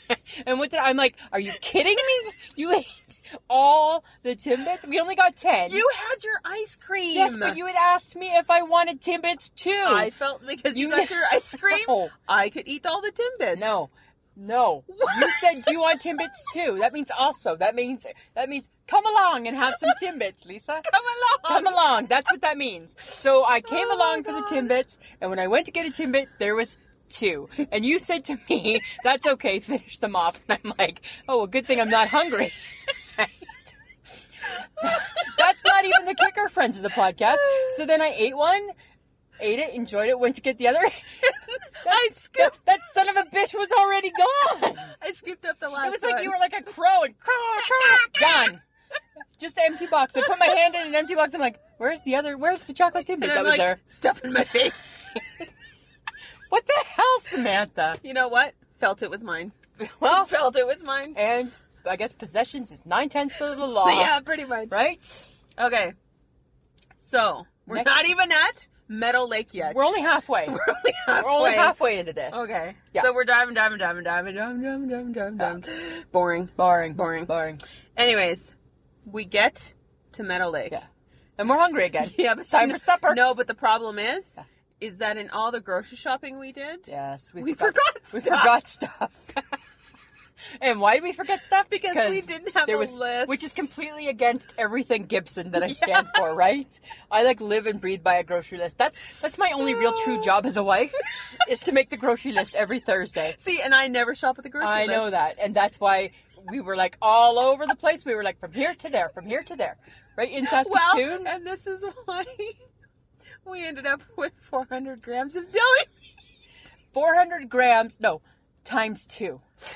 S2: and what did I, I'm like? Are you kidding me? You ate all the Timbits? We only got ten.
S1: You had your ice cream.
S2: yes, but you had asked me if I wanted Timbits too.
S1: I felt because you,
S2: You-
S1: got your ice cream.
S2: No.
S1: I could eat all the Timbits.
S2: no, no.
S1: What?
S2: You said do you want Timbits too? That means also. That means that means come along and have some Timbits, Lisa.
S1: Come along.
S2: Come along. That's what that means. So I came
S1: Oh my
S2: along for the
S1: God.
S2: Timbits, and when I went to get a Timbit, there was two. And you said to me, that's okay, finish them off. And I'm like, oh, well, good thing I'm not hungry. Right? that's not even the kicker, friends of the podcast. So then I ate one, ate it, enjoyed it, went to get the other.
S1: I
S2: That,
S1: scooped.
S2: that son of a bitch was already gone.
S1: I scooped up the last
S2: It was like
S1: one.
S2: you were like a crow and crow, crow, gone. Just an empty box. I put my hand in an empty box. I'm like, where's the other? Where's the chocolate timbit
S1: and
S2: that
S1: I'm
S2: was
S1: like
S2: there?
S1: stuffing my face.
S2: What the hell, Samantha?
S1: You know what? Felt it was mine.
S2: Well,
S1: Felt it was mine.
S2: and I guess possessions is nine tenths of the law,
S1: yeah, pretty much.
S2: right?
S1: Okay. So we're
S2: Next-
S1: not even at Meadow Lake yet.
S2: We're only halfway.
S1: We're only halfway.
S2: We're only halfway into this.
S1: Okay.
S2: Yeah.
S1: So we're diving, diving, diving, diving, diving, diving, diving, diving, diving. Uh, Boring.
S2: Boring.
S1: Boring.
S2: Boring.
S1: Anyways, we get to Meadow Lake.
S2: Yeah. And we're hungry again.
S1: Yeah, but
S2: Time
S1: you
S2: for supper.
S1: No, but the problem is,
S2: Yeah.
S1: is that in all the grocery shopping we did,
S2: Yes, we,
S1: we
S2: forgot.
S1: forgot.
S2: We
S1: stuff.
S2: forgot stuff. and why did we forget stuff?
S1: Because we didn't have a list.
S2: which is completely against everything Gibson that I stand for, right? I like live and breathe by a grocery list. That's that's my only real true job as a wife is to make the grocery list every Thursday.
S1: See, and I never shop at the grocery.
S2: I
S1: list.
S2: know that, and that's why we were like all over the place. We were like from here to there, from here to there, right in Saskatoon.
S1: Well, and this is why we ended up with 400 grams of deli.
S2: 400 grams, no, times two.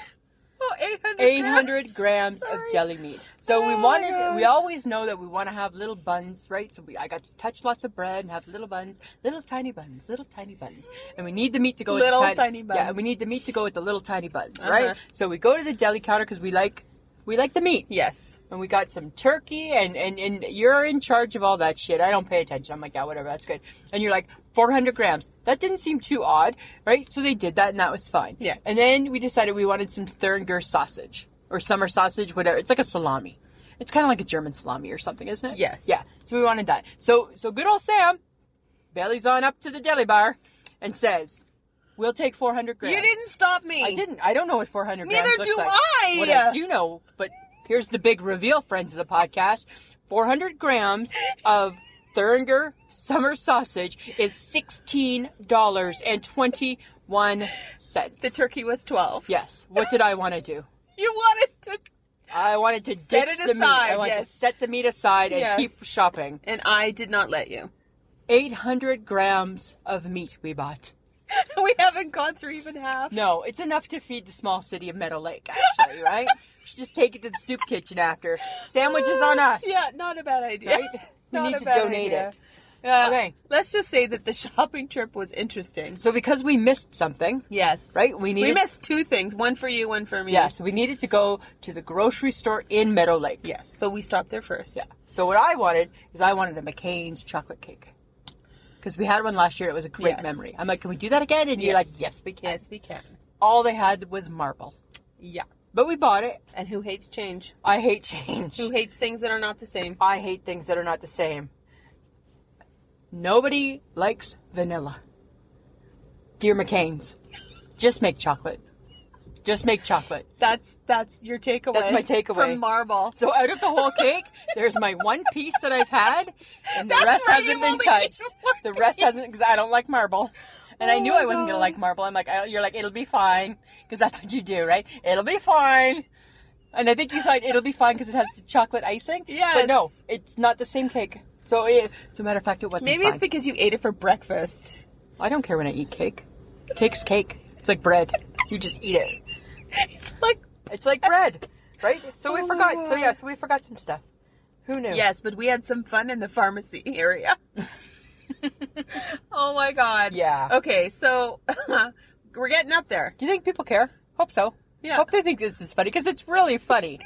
S1: Oh, 800.
S2: 800 grams of
S1: Sorry.
S2: deli meat. So
S1: Oh
S2: we
S1: my
S2: wanted,
S1: God.
S2: we always know that we want to have little buns, right? So we, I got to touch lots of bread and have little buns, little tiny buns, little tiny buns. And we need the meat to go
S1: Little
S2: with the
S1: tiny buns.
S2: Yeah, and we need the meat to go with the little tiny buns, right?
S1: Uh-huh.
S2: So we go to the deli counter because we like, we like the meat.
S1: Yes.
S2: And we got some turkey and, and, and you're in charge of all that shit. I don't pay attention. I'm like, yeah, whatever, that's good. And you're like, 400 grams. That didn't seem too odd, right? So they did that and that was fine.
S1: Yeah.
S2: And then we decided we wanted some Thuringer sausage or summer sausage, whatever. It's like a salami. It's kind of like a German salami or something, isn't it?
S1: Yes.
S2: Yeah. So we wanted that. So, so good old Sam, bellies on up to the deli bar and says, we'll take 400 grams.
S1: You didn't stop me.
S2: I didn't. I don't know what 400 grams
S1: Neither
S2: looks
S1: do
S2: like.
S1: I.
S2: What I do know, but here's the big reveal, friends of the podcast: 400 grams of Thuringer summer sausage is sixteen dollars and twenty-one cents.
S1: The turkey was 12.
S2: yes. What did I want to do?
S1: You wanted to,
S2: I wanted to
S1: Set
S2: ditch
S1: it
S2: the meat. I
S1: aside,
S2: wanted
S1: yes.
S2: to set the meat aside and
S1: Yes.
S2: keep shopping.
S1: and I did not let you.
S2: 800 grams of meat we bought.
S1: we haven't gone through even half.
S2: No, it's enough to feed the small city of Meadow Lake, actually, right? We should just take it to the soup kitchen after. Sandwiches on us.
S1: Yeah, not a bad idea.
S2: Right? We
S1: Not
S2: need
S1: a
S2: to
S1: bad
S2: donate
S1: idea.
S2: it.
S1: Yeah.
S2: Okay.
S1: Let's just say that the shopping trip was interesting.
S2: So because we missed something,
S1: Yes.
S2: right? We needed
S1: We missed two things. One for you, one for me.
S2: Yes, we needed to go to the grocery store in Meadow Lake.
S1: Yes. So we stopped there first. Yeah.
S2: So what I wanted is I wanted a McCain's chocolate cake. Because we had one last year, it was a great
S1: Yes.
S2: memory. I'm like, can we do that again? And you're
S1: Yes.
S2: like, yes, we can.
S1: Yes, we can.
S2: All they had was marble,
S1: Yeah.
S2: but we bought it.
S1: And who hates change?
S2: I hate change.
S1: Who hates things that are not the same?
S2: I hate things that are not the same. Nobody likes vanilla. Dear McCain's, just make chocolate. Just make chocolate.
S1: That's that's your takeaway.
S2: That's my takeaway.
S1: from Marvel.
S2: So out of the whole cake, there's my one piece that I've had, and the
S1: That's
S2: rest
S1: right,
S2: hasn't
S1: you
S2: been
S1: only
S2: touched.
S1: ate one
S2: The rest hasn't because I don't like marble. And I
S1: Oh
S2: knew
S1: my
S2: I wasn't gonna
S1: God.
S2: like marble. I'm like, I, you're like, it'll be fine, because that's what you do, right? It'll be fine. And I think you thought it'll be fine because it has the chocolate icing.
S1: Yes.
S2: But no, it's not the same cake. So, it, as a matter of fact, it wasn't.
S1: Maybe
S2: fine.
S1: it's because you ate it for breakfast.
S2: I don't care when I eat cake. Cake's cake. It's like bread. You just eat it.
S1: It's like
S2: It's like bread, right? So
S1: Oh
S2: we
S1: my
S2: forgot. So
S1: God.
S2: yeah, so we forgot some stuff. Who knew?
S1: yes, but we had some fun in the pharmacy area. oh my god.
S2: Yeah.
S1: Okay, so we're getting up there.
S2: Do you think people care? Hope so.
S1: Yeah.
S2: Hope they think this is funny because it's really funny.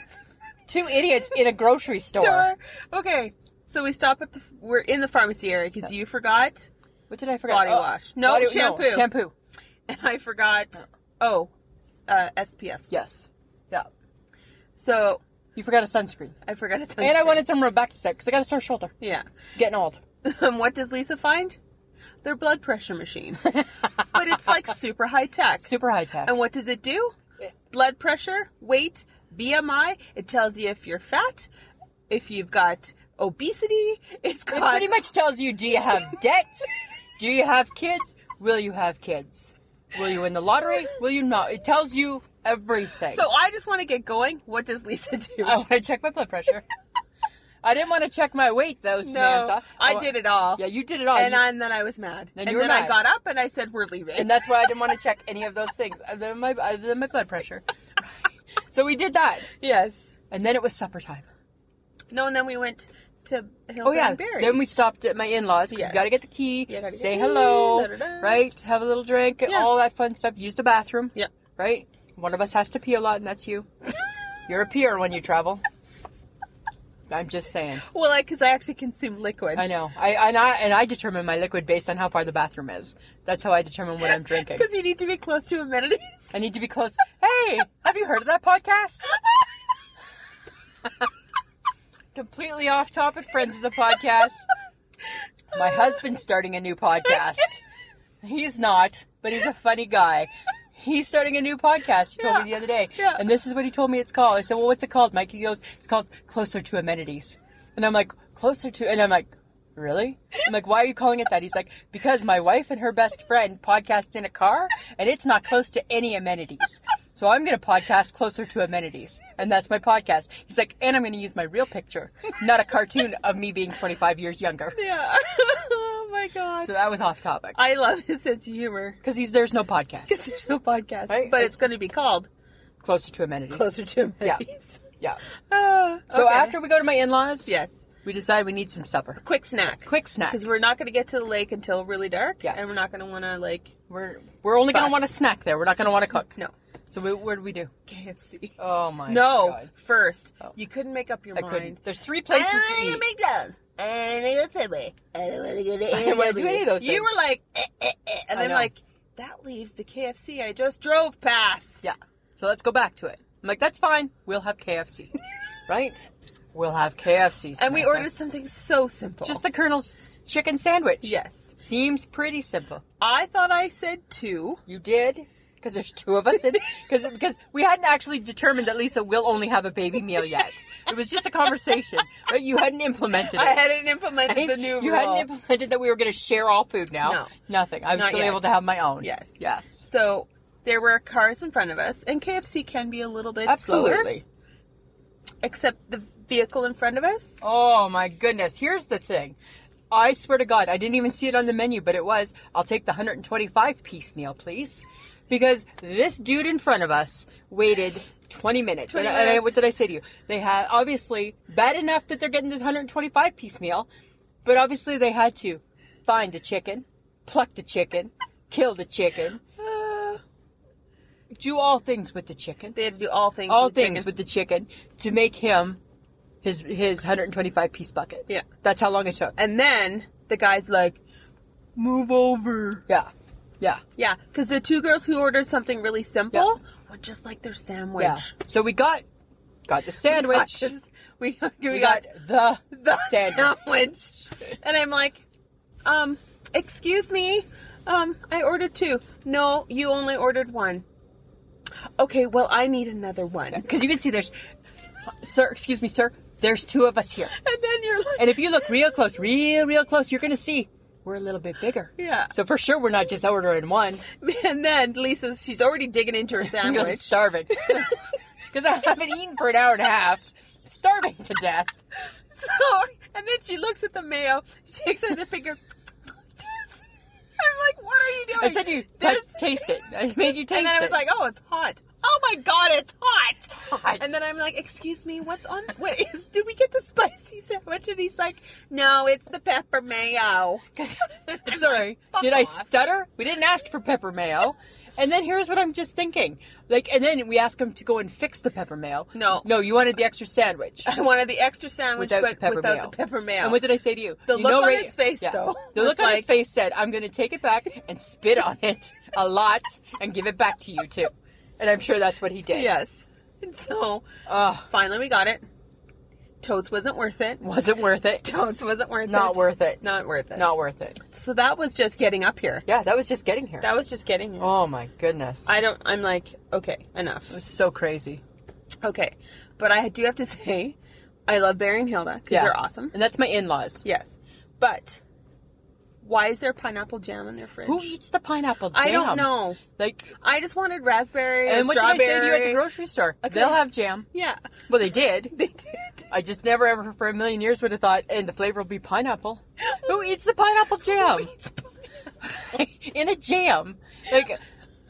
S2: Two idiots in a grocery store,
S1: Door. Okay. So we stop at the we're in the pharmacy area because you forgot
S2: What did I forget?
S1: body
S2: Oh,
S1: wash. No
S2: body-
S1: shampoo.
S2: shampoo.
S1: And I forgot oh uh, SPFs.
S2: Yes. Yeah.
S1: So
S2: You forgot a sunscreen.
S1: I forgot to
S2: And I wanted some Rebecca stick because I got a sore shoulder.
S1: yeah.
S2: Getting old.
S1: Um, what does Lisa find? Their blood pressure machine. but it's like super high tech.
S2: Super high tech.
S1: And what does it do? Blood pressure, weight, BMI. It tells you if you're fat, if you've got obesity. It's
S2: It
S1: got
S2: pretty much tells you do you have debt? Do you have kids? Will you have kids? Will you win the lottery? Will you not? It tells you everything.
S1: So I just want to get going. What does Lisa do?
S2: I want to check my blood pressure. I didn't want to check my weight though,
S1: no,
S2: Samantha. Oh,
S1: I did it all.
S2: Yeah, you did it all.
S1: and,
S2: You-
S1: I, and then I was mad.
S2: Then
S1: and
S2: you were
S1: then I
S2: mad.
S1: got up and I said, "We're leaving."
S2: and that's why I didn't want to check any of those things other than my other than my blood pressure. So we did that,
S1: yes.
S2: and then it was supper time.
S1: No, and then we went to Hill
S2: Oh yeah.
S1: Berries.
S2: Then we stopped at my in-laws because
S1: Yes.
S2: you got to get the key,
S1: You gotta get
S2: say
S1: the key,
S2: hello,
S1: da-da-da.
S2: right? Have a little drink, and
S1: Yeah.
S2: all that fun stuff. Use the bathroom.
S1: Yeah.
S2: Right. One of us has to pee a lot, and that's you. You're a peer when you travel. I'm just saying.
S1: well, like, because I actually consume liquid.
S2: I know. I and I and I determine my liquid based on how far the bathroom is. That's how I determine what I'm drinking.
S1: Because you need to be close to amenities.
S2: I need to be close. Hey, have you heard of that podcast? Completely off topic, friends of the podcast. My husband's starting a new podcast. He's not, but he's a funny guy. He's starting a new podcast. He told me the
S1: Yeah.
S2: other day,
S1: Yeah.
S2: and this is what he told me it's called. I said, "Well, what's it called, Mike?" He goes, "It's called Closer to Amenities," and I'm like, "Closer to," and I'm like, Really? I'm like, why are you calling it that? He's like, because my wife and her best friend podcast in a car, and it's not close to any amenities. So I'm going to podcast closer to amenities. And that's my podcast. He's like, and I'm going to use my real picture, not a cartoon of me being 25 years younger.
S1: yeah. oh my god.
S2: So that was off topic.
S1: I love his sense of humor.
S2: Because he's there's no podcast
S1: Because there's no podcast,
S2: Right?
S1: but it's going to be called
S2: closer to amenities.
S1: Closer to Amenities.
S2: Yeah.
S1: Ah,
S2: So
S1: okay.
S2: after we go to my in-laws,
S1: yes,
S2: we decide we need some supper.
S1: quick snack.
S2: Quick snack.
S1: Because we're not going to get to the lake until really dark,
S2: Yes.
S1: and we're not going to want to like
S2: We're we're only going to
S1: Fuss.
S2: want to snack there. We're not going to want to cook.
S1: no
S2: So we, what do we do?
S1: KFC.
S2: Oh my
S1: no,
S2: god.
S1: first
S2: Oh.
S1: you couldn't make up your
S2: I
S1: mind.
S2: couldn't. There's three places to eat. I didn't want to do any of those
S1: You
S2: things.
S1: were like, eh, eh, eh, and
S2: I
S1: I'm
S2: know.
S1: like, that leaves the KFC I just drove past.
S2: Yeah. So let's go back to it. I'm like, that's fine. We'll have KFC. right? We'll have KFC.
S1: And we
S2: Samantha.
S1: ordered something so simple.
S2: just the Colonel's chicken sandwich.
S1: yes.
S2: Seems pretty simple.
S1: I thought I said two.
S2: You did? Because there's two of us in because because we hadn't actually determined that Lisa will only have a baby meal yet. It was just a conversation. Right? You hadn't implemented it.
S1: I hadn't implemented
S2: Right?
S1: the new
S2: you
S1: rule.
S2: hadn't implemented that we were going to share all food now.
S1: No.
S2: Nothing. I was
S1: Not
S2: still
S1: yet.
S2: able to have my own.
S1: Yes.
S2: Yes.
S1: So there were cars in front of us, and KFC can be a little bit slower.
S2: Absolutely.
S1: Except the vehicle in front of us.
S2: Oh my goodness. Here's the thing. I swear to God, I didn't even see it on the menu, but it was, I'll take the 125 piece meal, please. Because this dude in front of us waited 20 minutes.
S1: 20
S2: and, I- and I,
S1: minutes.
S2: what did I say to you? They had, obviously, bad enough that they're getting this 125 piece meal, but obviously they had to find the chicken, pluck the chicken, kill the chicken,
S1: Uh,
S2: do all things with the chicken.
S1: they had to do all things.
S2: all
S1: with
S2: things
S1: chicken.
S2: with the chicken to make him his his 125 piece bucket.
S1: Yeah.
S2: That's how long it took.
S1: And then the guy's like, "Move over."
S2: Yeah. Yeah.
S1: Yeah, because the two girls who ordered something really simple were just like their sandwich.
S2: Yeah. So we got got the sandwich.
S1: We got, this- we, got- we
S2: we
S1: got
S2: got, the
S1: the
S2: sandwich.
S1: sandwich. And I'm like, um, excuse me, um, I ordered two. No, you only ordered one. Okay, well, I need another one. And
S2: Because you can see there's, sir, excuse me, sir, there's two of us here.
S1: then you're like,
S2: And if you look real close, real, real close, you're going to see we're a little bit bigger.
S1: Yeah.
S2: So for sure, we're not just ordering one.
S1: and then Lisa's, she's already digging into her
S2: I'm
S1: sandwich.
S2: starving. Because I haven't eaten for an hour and a half. Starving to death.
S1: So, and then she looks at the mayo, shakes her the finger. I'm like, what are you doing?
S2: I said you
S1: There's-
S2: touch- taste it. I made you taste
S1: And
S2: it.
S1: then I was like, oh, it's hot. Oh my god, it's hot.
S2: hot.
S1: And then I'm like, excuse me, what's on? What is? Did we get the spicy sandwich? And he's like, no, it's the pepper mayo.
S2: I'm sorry.
S1: Fuck
S2: Did I
S1: off.
S2: stutter? We didn't ask for pepper mayo. And then here's what I'm just thinking. Like, and then we ask him to go and fix the pepper mayo.
S1: No.
S2: No, you wanted the extra sandwich.
S1: I wanted the extra sandwich,
S2: Without
S1: but
S2: the pepper
S1: without
S2: mayo.
S1: the pepper mayo.
S2: And what did I say to you?
S1: The
S2: You
S1: look
S2: know
S1: on
S2: right-
S1: his face,
S2: yeah.
S1: though,
S2: The look
S1: was
S2: on his
S1: like-
S2: face said, "I'm going to take it back and spit on it a lot and give it back to you too." And I'm sure that's what he did.
S1: yes. And so
S2: Ugh,
S1: finally we got it. Totes wasn't worth it.
S2: wasn't worth it.
S1: Totes wasn't worth it.
S2: Not worth it.
S1: Not worth it.
S2: Not worth it.
S1: So that was just getting up here.
S2: Yeah, that was just getting here.
S1: That was just getting. Here.
S2: oh my goodness.
S1: I Mm-hmm. don't. I'm like, okay, enough.
S2: it was so crazy.
S1: Okay, but I do have to say, I love Barry and Hilda because
S2: Yeah.
S1: they're awesome.
S2: And that's my in-laws.
S1: Yes, but why is there pineapple jam in their fridge?
S2: Who eats the pineapple jam?
S1: I don't know.
S2: Like,
S1: I just wanted raspberry
S2: and
S1: or
S2: what
S1: strawberry.
S2: did I say to you at the grocery store? They'll have jam.
S1: yeah,
S2: Well, they did.
S1: they did.
S2: I just never ever for a million years would have thought, and the flavor will be pineapple. Who eats the pineapple
S1: Oh.
S2: jam? in a jam. Like,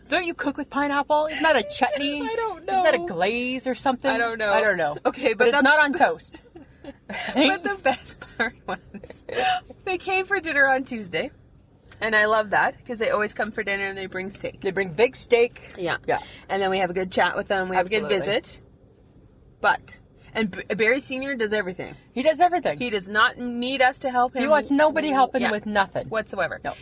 S2: don't you cook with pineapple? Isn't that a chutney?
S1: I don't
S2: Isn't that a
S1: know.
S2: glaze or something?
S1: I don't know.
S2: I don't know.
S1: Okay,
S2: but
S1: but
S2: it's
S1: the-
S2: not on toast.
S1: But the best part was they came for dinner on Tuesday, and I love that because they always come for dinner and they bring steak.
S2: they bring big steak.
S1: Yeah.
S2: Yeah.
S1: And then we have a good chat with them. We have a good
S2: Absolutely.
S1: visit. But and B- Barry Senior does everything.
S2: He does everything.
S1: He does not need us to help him.
S2: He wants nobody helping
S1: Yeah.
S2: with nothing.
S1: whatsoever.
S2: No.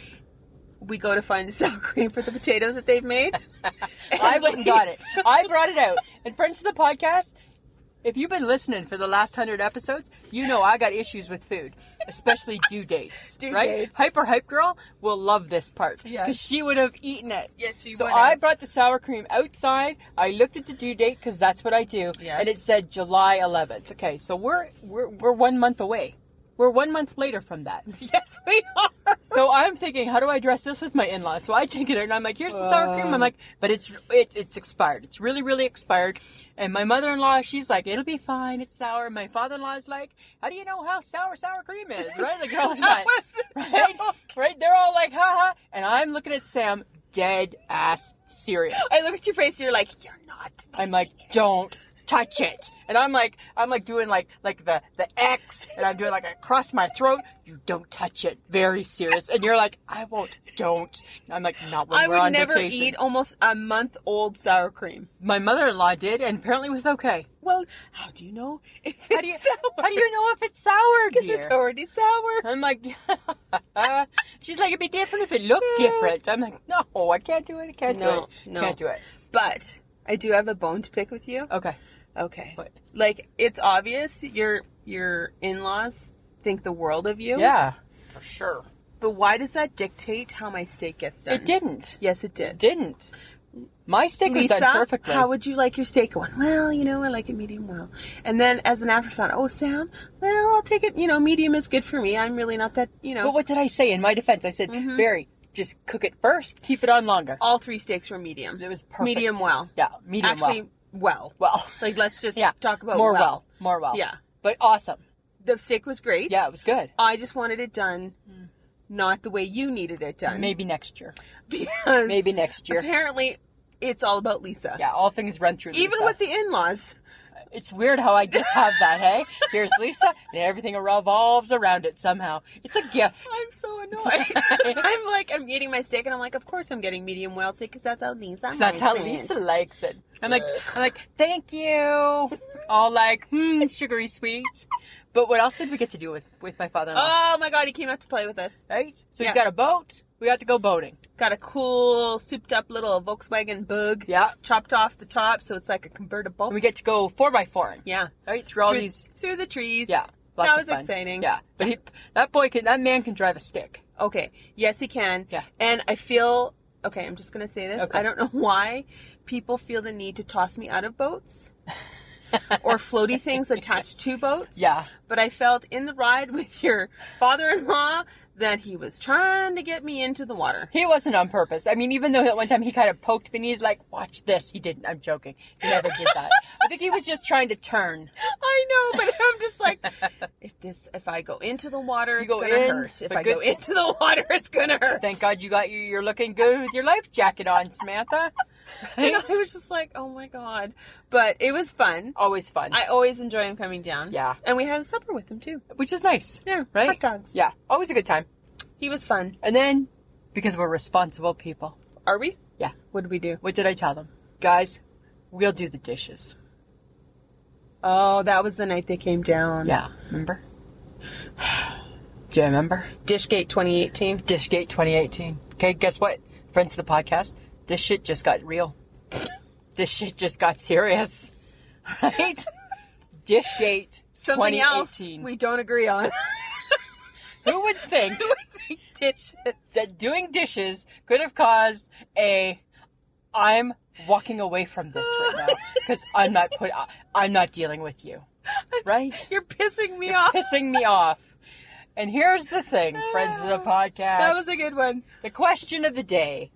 S1: We go to find the sour cream for the potatoes that they've made.
S2: I went and got it. I brought it out. And friends of the podcast, if you've been listening for the last hundred episodes, you know I got issues with food, especially due dates.
S1: Due
S2: right?
S1: dates.
S2: Hyper hype girl will love this part because
S1: Yes.
S2: she would have eaten it.
S1: Yes, she
S2: so
S1: would
S2: I
S1: have.
S2: brought the sour cream outside. I looked at the due date because that's what I do,
S1: Yes.
S2: and it said July 11th. Okay, so we're we're we're one month away. We're one month later from that.
S1: yes, we are.
S2: So I'm thinking, how do I dress this with my in-laws? So I take it out and I'm like, here's the sour cream. I'm like, but it's it's it's expired. It's really really expired. And my mother-in-law, she's like, it'll be fine. It's sour. And my father-in-law's like, how do you know how sour sour cream is? Right? The girl and I,
S1: That was-
S2: right? Right? They're all like, haha. And I'm looking at Sam, dead ass serious.
S1: I look at your face and you're like, you're not.
S2: I'm like, don't touch it. And I'm like, I'm like doing like like the the X, and I'm doing like across my throat. You don't touch it. Very serious. And you're like, I won't. Don't. And I'm like, not when
S1: I
S2: we're on
S1: would never
S2: vacation.
S1: eat almost a month old sour cream.
S2: My mother-in-law did, and apparently it was okay.
S1: Well, how do you know if it's
S2: How do you
S1: sour?
S2: how do you know if it's sour,
S1: Because
S2: dear?
S1: it's already sour.
S2: I'm like, she's like, it'd be different if it looked different. I'm like, no, I can't do it. I can't
S1: No,
S2: do it.
S1: no.
S2: Can't do it.
S1: But I do have a bone to pick with you.
S2: Okay.
S1: Okay.
S2: What?
S1: Like it's obvious your your in-laws think the world of you.
S2: Yeah. For sure.
S1: But why does that dictate how my steak gets done?
S2: It didn't.
S1: Yes, it did.
S2: Didn't. My steak
S1: Lisa,
S2: was done perfectly.
S1: how would you like your steak going? Well, you know, I like it medium well. And then as an afterthought, oh Sam, well I'll take it. You know, medium is good for me. I'm really not that. You know,
S2: But what did I say in my defense? I said,
S1: Mm-hmm.
S2: Barry, just cook it first, keep it on longer.
S1: all three steaks were medium.
S2: It was perfect.
S1: Medium well.
S2: Yeah, medium
S1: Actually,
S2: well.
S1: well.
S2: Well,
S1: Like let's just
S2: yeah,
S1: talk about
S2: more
S1: well.
S2: well. more well.
S1: Yeah.
S2: but awesome.
S1: The steak was great.
S2: Yeah, it was good.
S1: I just wanted it done, not the way you needed it done.
S2: Maybe next year.
S1: because
S2: Maybe next year.
S1: apparently it's all about Lisa.
S2: Yeah, all things run through.
S1: Even
S2: Lisa.
S1: with the in-laws.
S2: it's weird how I just have that. Hey, here's Lisa, and everything revolves around it somehow. It's a gift.
S1: I'm so annoyed. I'm like, I'm eating my steak, and I'm like, of course I'm getting medium well steak because that's how Lisa. Likes
S2: That's how
S1: it.
S2: Lisa likes it. I'm like, I'm like, thank you. All like, hmm, sugary sweet. But what else did we get to do with with my father-in-law?
S1: Oh my god, he came out to play with us.
S2: right? So
S1: Yeah.
S2: we got a boat. We got to go boating.
S1: Got a cool, souped up little Volkswagen Bug.
S2: Yeah.
S1: Chopped off the top, so it's like a convertible.
S2: And we get to go four by four.
S1: yeah.
S2: Right through all
S1: through,
S2: these.
S1: through the trees.
S2: Yeah.
S1: That
S2: Lots of
S1: was
S2: fun.
S1: exciting.
S2: Yeah. But he, that boy can, that man can drive a stick.
S1: Okay. Yes, he can.
S2: Yeah.
S1: And I feel okay, I'm just gonna say this.
S2: Okay.
S1: I don't know why people feel the need to toss me out of boats or floaty things attached to boats.
S2: Yeah.
S1: But I felt in the ride with your father-in-law that he was trying to get me into the water.
S2: He wasn't on purpose. I mean, even though at one time he kind of poked me, and he's like, "Watch this." He didn't. I'm joking. He never did that. I think he was just trying to turn.
S1: I know, but I'm just like, if this, if I go into the water, it's
S2: go
S1: gonna
S2: in,
S1: hurt. If
S2: but
S1: I
S2: good-
S1: go into the water, it's gonna hurt.
S2: Thank God you got your, you're looking good with your life jacket on, Samantha.
S1: And I was just like, oh my god. But it was fun.
S2: Always fun.
S1: I always enjoy him coming down.
S2: Yeah.
S1: And we had supper with him too.
S2: which is nice.
S1: Yeah.
S2: Right?
S1: Hot dogs.
S2: Yeah, always a good time.
S1: He was fun.
S2: And then, because we're responsible people,
S1: Are we?
S2: Yeah.
S1: What did we do?
S2: what did I tell them? Guys, we'll do the dishes.
S1: Oh, that was the night they came down.
S2: Yeah, remember? Do you remember?
S1: Dishgate 2018.
S2: Dishgate 2018. Okay, guess what? Friends of the podcast, this shit just got real. this shit just got serious. Right? Dishgate
S1: Something else
S2: 2018.
S1: we don't agree on.
S2: Who would think
S1: Dishes.
S2: that doing dishes could have caused a I'm walking away from this right now because I'm not put I'm not dealing with you. Right?
S1: You're pissing me off.
S2: Pissing me off. And here's the thing, friends of the podcast.
S1: That was a good one.
S2: the question of the day.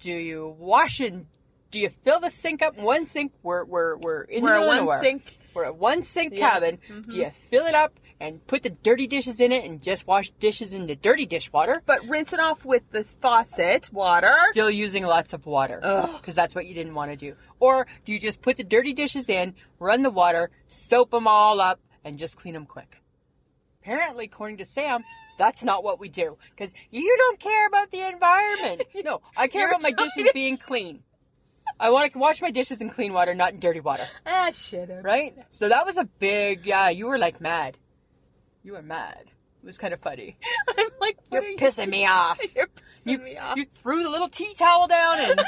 S2: Do you wash and do you fill the sink up one sink? We're we're we're in
S1: We're a
S2: Illinois.
S1: one sink.
S2: We're a one sink
S1: Yeah. Mm-hmm.
S2: cabin. Do you fill it up and put the dirty dishes in it and just wash dishes in the dirty dishwater?
S1: But rinse it off with this faucet water.
S2: still using lots of water
S1: Ugh.
S2: because that's what you didn't want to do. Or do you just put the dirty dishes in, run the water, soap them all up, and just clean them quick? Apparently, according to Sam, that's not what we do because you don't care about the environment. No, I care
S1: You're
S2: about my
S1: trying
S2: dishes
S1: to-
S2: being clean. I want to wash my dishes in clean water, not in dirty water,
S1: Ah, shit. Right?
S2: right? So that was a big, yeah, you were like mad. You were mad. It was kind of funny.
S1: I'm like, what
S2: You're
S1: are you
S2: pissing
S1: doing?
S2: me off.
S1: You're pissing
S2: You,
S1: me off.
S2: you threw the little tea towel down and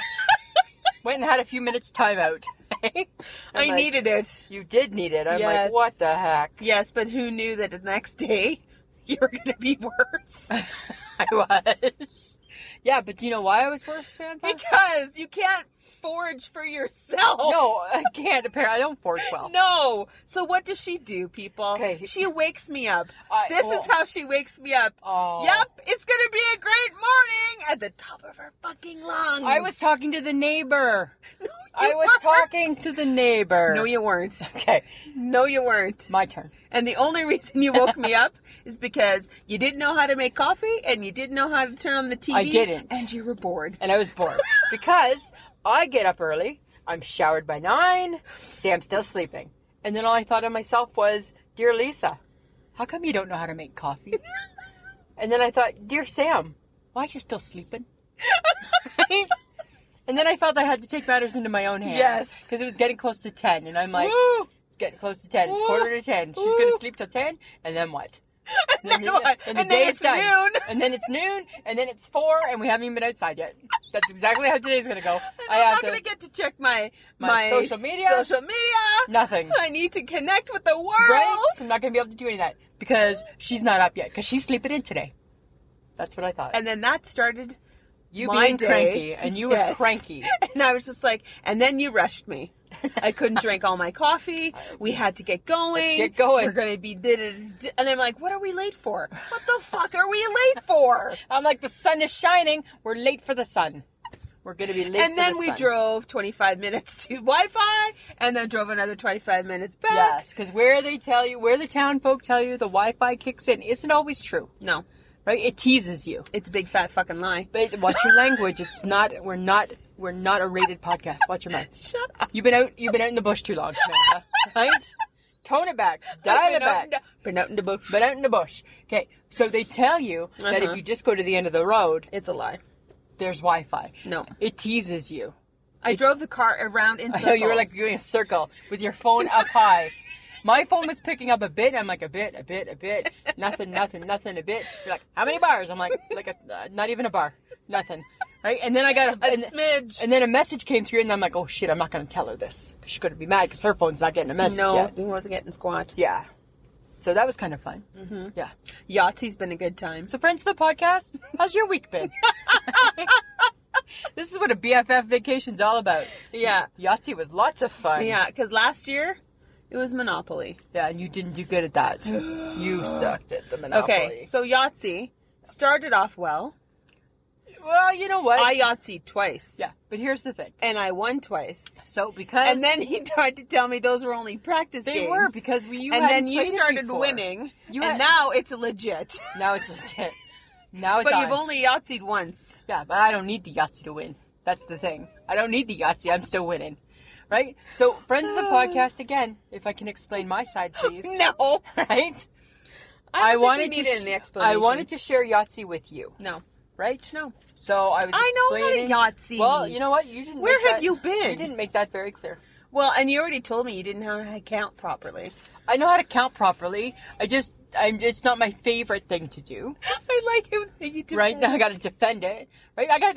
S2: went and had a few minutes timeout. I
S1: I needed it.
S2: You did need it. I'm
S1: Yes.
S2: like, what the heck?
S1: Yes, but who knew that the next day you were going to be worse?
S2: I was. Yeah, but do you know why I was worse, Samantha?
S1: because you can't forge for yourself.
S2: No, I can't. Apparently, I don't fork well.
S1: No. So what does she do, people?
S2: Oh. Okay.
S1: She wakes me up.
S2: I-
S1: this
S2: oh.
S1: is how she wakes me up.
S2: Oh.
S1: Yep, it's going to be a great morning at the top of her fucking lungs.
S2: I was talking to the neighbor.
S1: No, you
S2: I was
S1: weren't.
S2: talking to the neighbor.
S1: No, you weren't.
S2: Okay,
S1: No, you weren't.
S2: my turn.
S1: And the only reason you woke me up is because you didn't know how to make coffee and you didn't know how to turn on the TV.
S2: I didn't.
S1: And you were bored.
S2: and I was bored because I get up early. I'm showered by nine. Sam's still sleeping. And then all I thought to myself was, Dear Lisa, how come you don't know how to make coffee? and then I thought, Dear Sam, why are you still sleeping? Right? and then I felt I had to take matters into my own hands.
S1: Yes.
S2: Because it was getting close to 10. And I'm like, oh,
S1: Woo!
S2: It's getting close to 10. It's
S1: Woo.
S2: quarter to 10. She's going
S1: Woo.
S2: to sleep till 10. And then what?
S1: And then what? And
S2: And
S1: then it's
S2: day's
S1: noon.
S2: And then it's noon, and then it's four, and we haven't even been outside yet. That's exactly how today's gonna go.
S1: And
S2: I
S1: I'm
S2: have
S1: not
S2: to
S1: gonna get to check my,
S2: my social media.
S1: Social media.
S2: nothing.
S1: I need to connect with the world.
S2: Right? I'm not gonna be able to do any of that because she's not up yet because she's sleeping in today. That's what I thought.
S1: And then that started
S2: you
S1: my
S2: being
S1: day.
S2: cranky, and you were
S1: Yes.
S2: cranky.
S1: And I was just like, and then you rushed me. I couldn't drink all my coffee. We had to get going.
S2: get going.
S1: We're gonna be did it, and I'm like, what are we late for? What the fuck are we late for?
S2: I'm like the sun is shining. We're late for the sun. We're gonna be late.
S1: and
S2: for
S1: then
S2: the
S1: we
S2: sun.
S1: drove 25 minutes to Wi-Fi, and then drove another 25 minutes back.
S2: Yes, because where they tell you, where the town folk tell you the Wi-Fi kicks in, isn't always true,
S1: No,
S2: right? It teases you.
S1: it's a big fat fucking lie.
S2: But watch your language. It's not. We're not. We're not a rated podcast. Watch your mouth.
S1: Shut up.
S2: You've been out. You've been out in the bush too long, Samantha. right? Tone it back. Dial it
S1: Been out
S2: back.
S1: in the- Been out in the bush.
S2: But out in the bush. Okay. So they tell you that
S1: Uh-huh.
S2: if you just go to the end of the road,
S1: It's a lie.
S2: there's Wi-Fi.
S1: No.
S2: It teases you.
S1: I drove the car around in
S2: I
S1: circles.
S2: know you were like doing a circle with your phone up high. My phone was picking up a bit. I'm like a bit, a bit, a bit, nothing, nothing, nothing, a bit. You're like, how many bars? I'm like, like a, uh, not even a bar, nothing, right? And then I got a,
S1: a
S2: and,
S1: smidge.
S2: And then a message came through, and I'm like, oh shit, I'm not gonna tell her this. She's gonna be mad because her phone's not getting a message
S1: no,
S2: yet.
S1: he wasn't getting squat.
S2: Yeah. So that was kind of fun.
S1: Mm.
S2: Mm-hmm. Yeah.
S1: Yahtzee's been a good time.
S2: So friends of the podcast, how's your week been? This is what a BFF vacation's all about.
S1: Yeah.
S2: Yahtzee was lots of fun.
S1: Yeah, because last year it was Monopoly.
S2: Yeah, and you didn't do good at that. You sucked at the Monopoly.
S1: Okay, so Yahtzee started off well.
S2: well, you know what?
S1: I Yahtzee twice.
S2: yeah, but here's the thing.
S1: And I won twice.
S2: So because
S1: And then he tried to tell me those were only practice
S2: they
S1: games.
S2: were because we you
S1: and
S2: hadn't
S1: then you
S2: played it
S1: started
S2: before.
S1: winning.
S2: You
S1: and
S2: had-
S1: now it's legit.
S2: Now it's legit. Now it's
S1: but
S2: on.
S1: you've only Yahtzeed once.
S2: Yeah, but I don't need the Yahtzee to win. That's the thing. I don't need the Yahtzee. I'm still winning. Right? So, friends of the podcast, again, if I can explain my side, please.
S1: No.
S2: Right?
S1: I,
S2: wanted
S1: need
S2: to
S1: an
S2: sh-
S1: explanation.
S2: I wanted to share Yahtzee with you,
S1: No.
S2: right?
S1: No.
S2: So I was
S1: I know how to
S2: explaining
S1: Yahtzee.
S2: Well, you know what? You didn't.
S1: Where
S2: make
S1: have
S2: that-
S1: you been?
S2: You didn't make that very clear.
S1: Well, and you already told me you didn't know how to count properly.
S2: I know how to count properly. I just, I'm. It's not my favorite thing to do.
S1: I like him that you did.
S2: Right now, I got to defend it. Right? I got,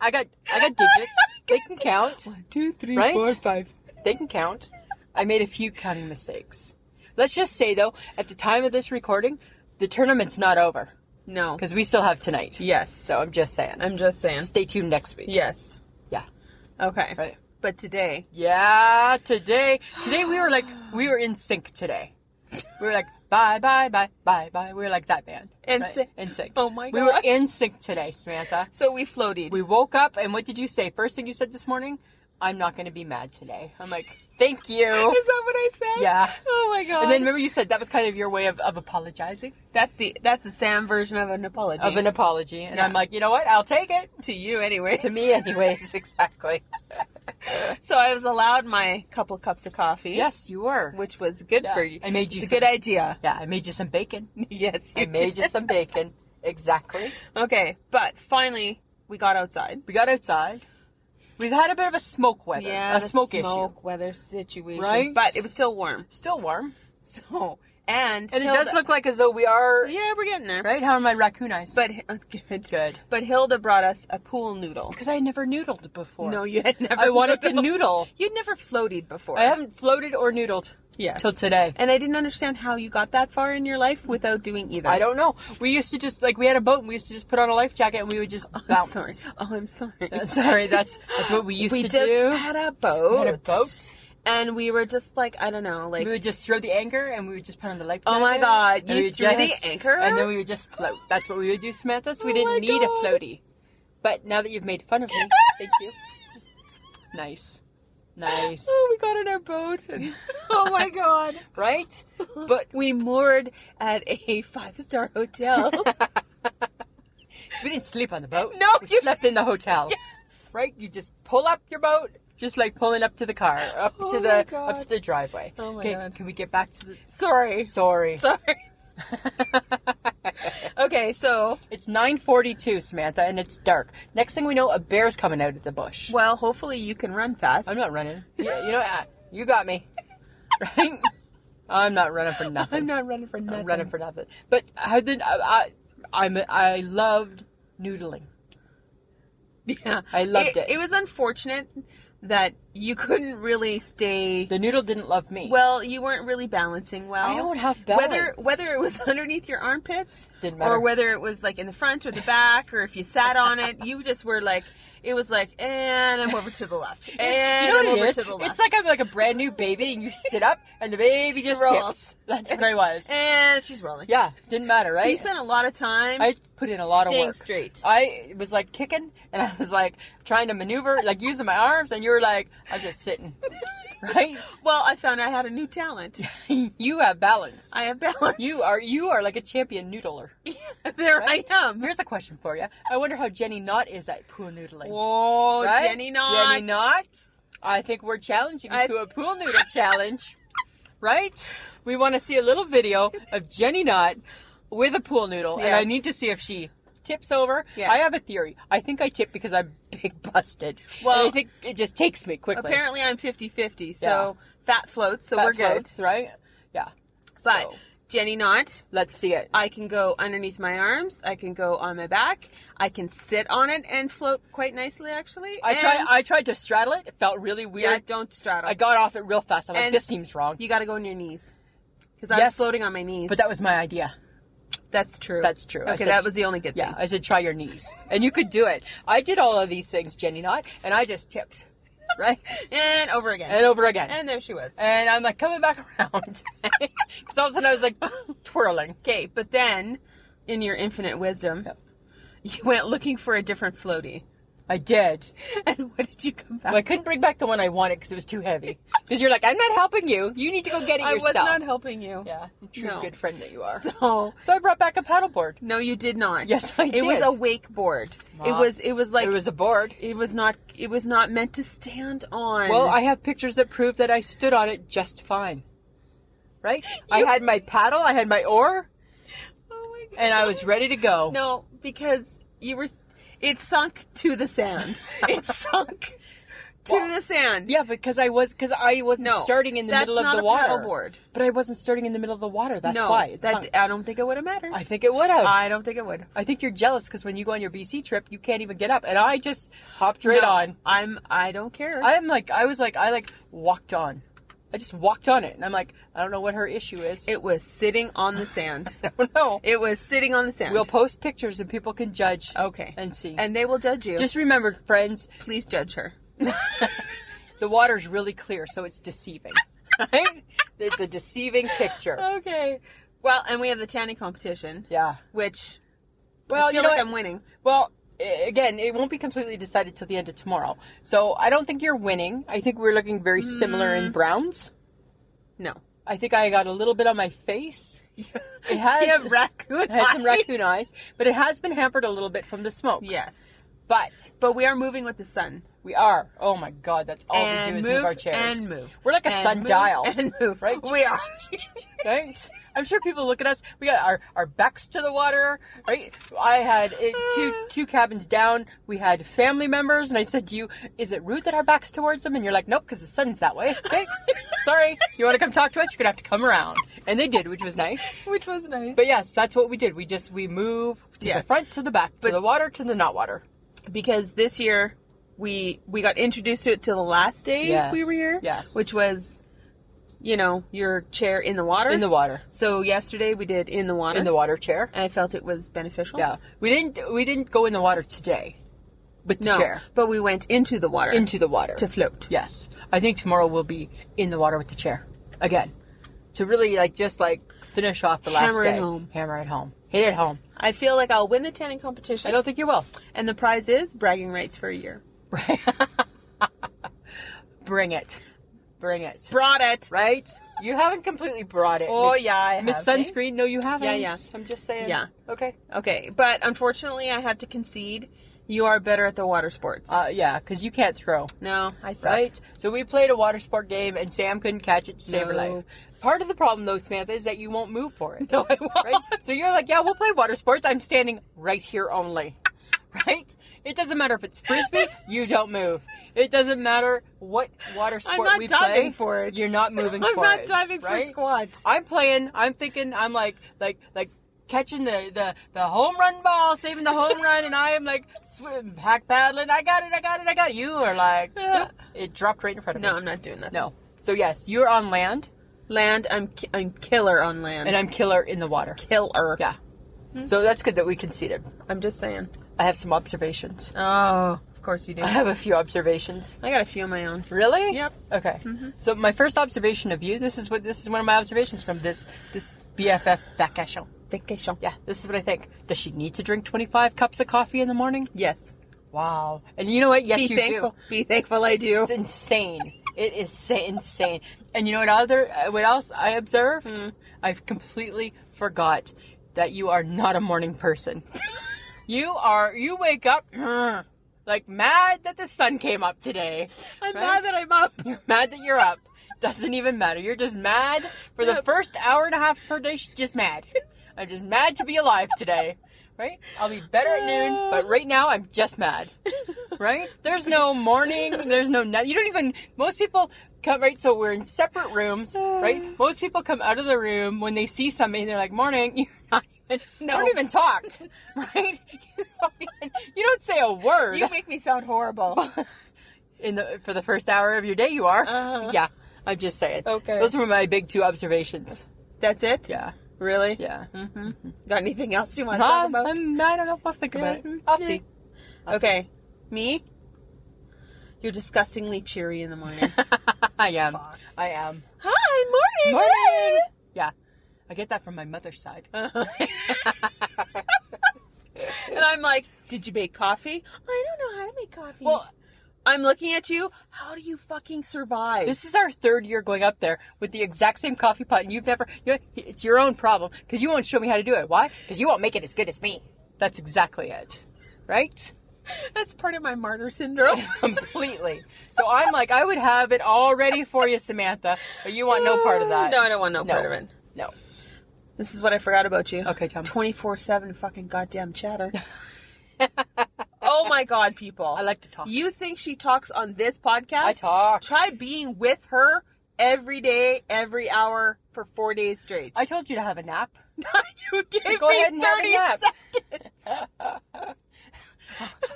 S2: I got, I got digits. they can count.
S1: One, two, three,
S2: Right?
S1: four, five.
S2: They can count. I made a few counting mistakes. Let's just say though, at the time of this recording, the tournament's not over
S1: No.
S2: because we still have tonight.
S1: Yes.
S2: So I'm just saying.
S1: I'm just saying.
S2: Stay tuned next week.
S1: Yes.
S2: Yeah.
S1: Okay.
S2: Right.
S1: But today,
S2: Yeah, today, today we were like, we were in sync today. We were like, bye, bye, bye, bye, bye. We were like that band.
S1: In
S2: right?
S1: sync.
S2: In sync.
S1: Oh my
S2: We were
S1: God.
S2: in sync today, Samantha.
S1: so we floated.
S2: We woke up and what did you say? First thing you said this morning, I'm not going to be mad today. I'm like, thank you.
S1: Is that what I said?
S2: Yeah.
S1: Oh my god.
S2: And then remember you said that was kind of your way of, of apologizing,
S1: that's the that's the Sam version of an apology.
S2: of an apology. And
S1: Yeah.
S2: I'm like, you know what? I'll take it.
S1: to you anyway.
S2: To me anyways, exactly.
S1: So I was allowed my couple cups of coffee.
S2: yes, you were.
S1: Which was good
S2: Yeah.
S1: for you.
S2: I made you
S1: It's a
S2: some-
S1: good idea.
S2: Yeah, I made you some bacon.
S1: yes.
S2: I made you
S1: did.
S2: some bacon. Exactly.
S1: Okay, but finally we got outside.
S2: We got outside. We've had a bit of a smoke weather, a
S1: the
S2: smoke, issue.
S1: smoke weather situation.
S2: Right?
S1: But it was still warm.
S2: Still warm,
S1: So and
S2: and it
S1: Hilda-
S2: does look like as though we are
S1: Yeah, we're getting there.
S2: right. How are my raccoon eyes?
S1: But uh, good.
S2: oh, good,
S1: But Hilda brought us a pool noodle.
S2: because I never noodled before.
S1: No, you had never.
S2: I wanted to
S1: noodled.
S2: noodle.
S1: You'd never floated before.
S2: I haven't floated or noodled
S1: Yes.
S2: till today.
S1: And I didn't understand how you got that far in your life without doing either.
S2: I don't know. We used to just like we had a boat and we used to just put on a life jacket and we would just
S1: I'm
S2: bounce.
S1: sorry. Oh, I'm sorry.
S2: Uh, sorry, that's that's what we used
S1: we
S2: to
S1: just
S2: do.
S1: had a boat.
S2: We had a boat.
S1: And we were just like, I don't know, like
S2: we would just throw the anchor and we would just put on the life jacket.
S1: Oh my God,
S2: and
S1: you
S2: we would
S1: threw the anchor?
S2: And then we would just float. That's what we would do, Samantha. So we
S1: Oh my
S2: didn't need
S1: God.
S2: a floaty. But now that you've made fun of me, thank you. Nice. Nice.
S1: Oh, we got in our boat. And, oh my god.
S2: Right?
S1: But we moored at a five-star hotel.
S2: We didn't sleep on the boat.
S1: No,
S2: we
S1: you-
S2: slept in the hotel. Right? You just pull up your boat, just like pulling up to the car, up
S1: Oh
S2: to
S1: my
S2: the
S1: God.
S2: up to the driveway.
S1: Oh my
S2: okay,
S1: God.
S2: can we get back to the
S1: sorry.
S2: sorry?
S1: Sorry. Okay, so
S2: it's 9:42, Samantha, and it's dark. Next thing we know, a bear's coming out of the bush.
S1: well, hopefully you can run fast.
S2: I'm not running. Yeah, you know, uh, you got me. Right? I'm not running for nothing.
S1: I'm not running for nothing.
S2: I'm running for nothing. But how did I? I, I'm, I loved noodling.
S1: Yeah,
S2: I loved it.
S1: It was unfortunate that you couldn't really stay.
S2: The noodle didn't love me.
S1: Well, you weren't really balancing well.
S2: I don't have balance.
S1: Whether whether it was underneath your armpits
S2: Didn't matter.
S1: or whether it was like in the front or the back or if you sat on it, you just were like it was like and I'm over to the left. And
S2: you know
S1: I'm
S2: what
S1: over
S2: it is?
S1: to the left.
S2: It's like I'm like a brand new baby, and you sit up, and the baby just
S1: Rolls.
S2: tips. That's what I was.
S1: and she's rolling.
S2: Yeah, didn't matter,
S1: So you
S2: right?
S1: spent a lot of time
S2: I put in a lot of
S1: staying
S2: work.
S1: straight.
S2: I was like kicking, and I was like trying to maneuver, like using my arms, and you were like, I'm just sitting, right?
S1: Well, I found I had a new talent.
S2: you have balance.
S1: I have balance.
S2: You are you are like a champion noodler.
S1: there
S2: Right?
S1: I am.
S2: Here's a question for you. I wonder how Jenny Knott is at pool noodling.
S1: Whoa,
S2: Right?
S1: Oh, Jenny Knott.
S2: Jenny Knott. I think we're challenging you
S1: I-
S2: to a pool noodle challenge, right? We want to see a little video of Jenny Knott with a pool noodle, and I
S1: Yes.
S2: need to see if she tips over.
S1: Yes.
S2: I have a theory. I think I tip because I'm big busted.
S1: Well-
S2: and I think it just takes me quickly.
S1: Apparently, I'm 50 50, so fat floats, so
S2: That
S1: we're
S2: floats, right? Yeah.
S1: good. But
S2: So,
S1: Jenny Knott,
S2: let's see it.
S1: I can go underneath my arms, I can go on my back, I can sit on it and float quite nicely, actually.
S2: I
S1: and
S2: tried. I tried to straddle it. It felt really weird.
S1: yeah, don't straddle.
S2: I got off it real fast. I'm like,
S1: And-
S2: this seems wrong.
S1: you gotta go on your knees. Because I
S2: Yes.
S1: was floating on my knees.
S2: But that was my idea.
S1: That's true.
S2: That's true. I
S1: Okay,
S2: said-
S1: that was the only good
S2: Yeah,
S1: thing.
S2: I said try your knees, and you could do it. I did all of these things, Jenny Knott, and I just tipped, right,
S1: And over again.
S2: and over again, and,
S1: And there she was.
S2: I'm like coming back around, because all of a sudden I was like twirling.
S1: Okay, but then, in your infinite wisdom,
S2: Yep.
S1: you went looking for a different floaty.
S2: I did.
S1: And what did you come back?
S2: Well, I couldn't bring back the one I wanted because it was too heavy. Because you're like, I'm not helping you. You need to go get it
S1: I was
S2: yourself.
S1: not helping you.
S2: Yeah, true
S1: No.
S2: good friend that you are.
S1: So
S2: So I brought back a paddleboard.
S1: no, you did not.
S2: Yes, I
S1: it
S2: did.
S1: was a wakeboard. It
S2: Wow.
S1: was. It was like.
S2: it was a board.
S1: It was not. It was not meant to stand on.
S2: Well, I have pictures that prove that I stood on it just fine. Right? I had my paddle, I had my oar,
S1: Oh my God.
S2: and I was ready to go.
S1: No, because you were. It sunk to the sand. it sunk to
S2: Well,
S1: the sand.
S2: Yeah, because I was because I wasn't
S1: No,
S2: starting in the
S1: that's
S2: middle of
S1: not
S2: the
S1: a
S2: water.
S1: paddleboard.
S2: But I wasn't starting in the middle of the water. That's
S1: no,
S2: why. It
S1: that
S2: sunk.
S1: I don't think it would have mattered.
S2: I think it would have.
S1: I don't think it would.
S2: I think you're jealous because when you go on your BC trip, you can't even get up, and I just hopped right
S1: No,
S2: on.
S1: I'm. I don't care.
S2: I'm like, I was like, I like walked on. I just walked on it, and I'm like, I don't know what her issue is.
S1: it was sitting on the sand.
S2: I don't know.
S1: it was sitting on the sand.
S2: We'll post pictures, and people can judge
S1: okay.
S2: and see.
S1: and they will judge you.
S2: just remember, friends,
S1: please judge her.
S2: the water's really clear, so it's deceiving. Right? It's a deceiving picture.
S1: Okay. Well, and we have the tanning competition,
S2: Yeah.
S1: which
S2: Well,
S1: I feel
S2: you know
S1: like
S2: what?
S1: I'm winning.
S2: Well, a- again, it won't be completely decided till the end of tomorrow. So I don't think you're winning. I think we're looking very similar
S1: Mm.
S2: in browns.
S1: No.
S2: I think I got a little bit on my face.
S1: It
S2: has-
S1: you have raccoon.
S2: It had some
S1: eyes.
S2: raccoon eyes, but it has been hampered a little bit from the smoke.
S1: Yes.
S2: But
S1: But we are moving with the sun.
S2: we are. Oh my God, that's all
S1: and
S2: we do is
S1: move,
S2: move, our chairs.
S1: And move.
S2: We're like a
S1: And
S2: sundial.
S1: Move, and move.
S2: right?
S1: We are.
S2: right? I'm sure people look at us. We got our, our backs to the water, right? I had uh, two two cabins down. We had family members, and I said to you, "Is it rude that our backs towards them?" And you're like, "Nope, because the sun's that way." Okay, sorry. You want to come talk to us? You're gonna have to come around. And they did, which was nice.
S1: Which was nice.
S2: But yes, that's what we did. We just we move to the
S1: Yes.
S2: front, to the back, to
S1: But-
S2: the water, to the not water.
S1: because this year we we got introduced to it till the last day
S2: Yes,
S1: we were here.
S2: yes.
S1: Which was, you know, your chair in the water.
S2: In the water.
S1: So yesterday we did in the water.
S2: In the water chair.
S1: And I felt it was beneficial.
S2: Yeah, we didn't we didn't go in the water today, with the
S1: No,
S2: chair
S1: but we went into the water
S2: into the water
S1: to float.
S2: Yes. I think tomorrow we'll be in the water with the chair again to really like just like finish off the last
S1: Hammer it
S2: day.
S1: home.
S2: Hammer it home. Hit it home.
S1: I feel like I'll win the tanning competition.
S2: I don't think you will.
S1: and the prize is bragging rights for a year.
S2: Bring it. Bring it.
S1: Brought it.
S2: Right? You haven't completely brought it.
S1: Oh
S2: Miss,
S1: yeah, I
S2: Miss
S1: have, eh?
S2: Sunscreen? No, you haven't.
S1: Yeah, yeah.
S2: I'm just saying.
S1: Yeah.
S2: Okay.
S1: Okay, but unfortunately, I have to concede. You are better at the water sports.
S2: Uh, yeah, because you can't throw.
S1: no, I suck.
S2: Right? So we played a water sport game and Sam couldn't catch it to save her
S1: No.
S2: life. Part of the problem though, Samantha, is that you won't move for it.
S1: No, I won't.
S2: Right? So you're like, yeah, we'll play water sports. I'm standing right here only. Right? It doesn't matter if it's frisbee, you don't move. It doesn't matter what water sport
S1: I'm not
S2: we
S1: diving
S2: play.
S1: for it.
S2: You're not moving
S1: I'm
S2: for
S1: not
S2: it.
S1: diving for
S2: right?
S1: squats.
S2: I'm playing, I'm thinking, I'm like, like, like, Catching the, the, the home run ball, saving the home run, and I am like swim, back paddling. I got it, I got it, I got it. You are like,
S1: Yeah.
S2: nope. it dropped right in front of me.
S1: No, I'm not doing that.
S2: No. So yes, you're on land
S1: Land, I'm ki- I'm killer on land.
S2: and I'm killer in the water.
S1: killer. Hmm?
S2: Yeah. So that's good that we conceded.
S1: I'm just saying.
S2: I have some observations.
S1: Oh, of course you do.
S2: I have a few observations.
S1: I got a few of my own.
S2: Really?
S1: Yep. Mm-hmm.
S2: Okay. So my first observation of you, this is what this is one of my observations from this this BFF vacation.
S1: Vacation.
S2: Yeah, this is what I think. Does she need to drink 25 cups of coffee in the morning?
S1: Yes.
S2: Wow. And you know what? Yes,
S1: Be
S2: you do.
S1: thankful. Be thankful I do.
S2: It's insane. It is sa- insane. And you know what other uh, what else I observed?
S1: Hmm.
S2: I've completely forgot that you are not a morning person. you are you wake up "Grr," like mad that the sun came up today.
S1: I'm
S2: Right?
S1: mad that I'm up.
S2: You're mad that you're up. Doesn't even matter. You're just mad for the
S1: Yep.
S2: first hour and a half per day. sh- Just mad. I'm just mad to be alive today. Right? I'll be better at noon, but right now I'm just mad right? There's no morning. There's no night. You don't even. Most people come right. So we're in separate rooms, right? Most people come out of the room when they see somebody. They're like, "Morning." You're not even.
S1: No.
S2: You don't even talk, right? You don't, even, you don't say a word
S1: You make me sound horrible.
S2: in the for the first hour of your day. You are.
S1: Uh-huh.
S2: Yeah. I'm just saying.
S1: Okay.
S2: Those were my big two observations.
S1: That's it.
S2: Yeah.
S1: Really?
S2: Yeah.
S1: hmm Got anything else you want to talk
S2: I'm,
S1: about?
S2: I'm, I don't know. I'll think about it.
S1: Mhm.
S2: I'll
S1: Yeah.
S2: see. I'll see.
S1: okay. Me? You're disgustingly cheery in the morning.
S2: I am.
S1: Fuck.
S2: I am.
S1: Hi,
S2: Morning.
S1: morning. hey!
S2: Yeah. I get that from my mother's side.
S1: and I'm like, did you make coffee? I don't know how to make coffee.
S2: well,
S1: I'm looking at you. How do you fucking survive?
S2: this is our third year going up there with the exact same coffee pot, and you've never. You know, it's your own problem because you won't show me how to do it. Why? Because you won't make it as good as me. That's exactly it. Right?
S1: That's part of my martyr syndrome.
S2: Completely. So I'm like, I would have it all ready for you, Samantha, but you want no part of that.
S1: No, I don't want no,
S2: No.
S1: part of it.
S2: No.
S1: This is what I forgot about you.
S2: Okay, tell me.
S1: 24 7 fucking goddamn chatter. oh my god, people.
S2: I like to talk.
S1: You think she talks on this podcast?
S2: I talk.
S1: Try being with her every day, every hour for four days straight.
S2: I told you to have a nap.
S1: you gave
S2: So go
S1: me
S2: ahead and have
S1: 30
S2: a nap.
S1: seconds.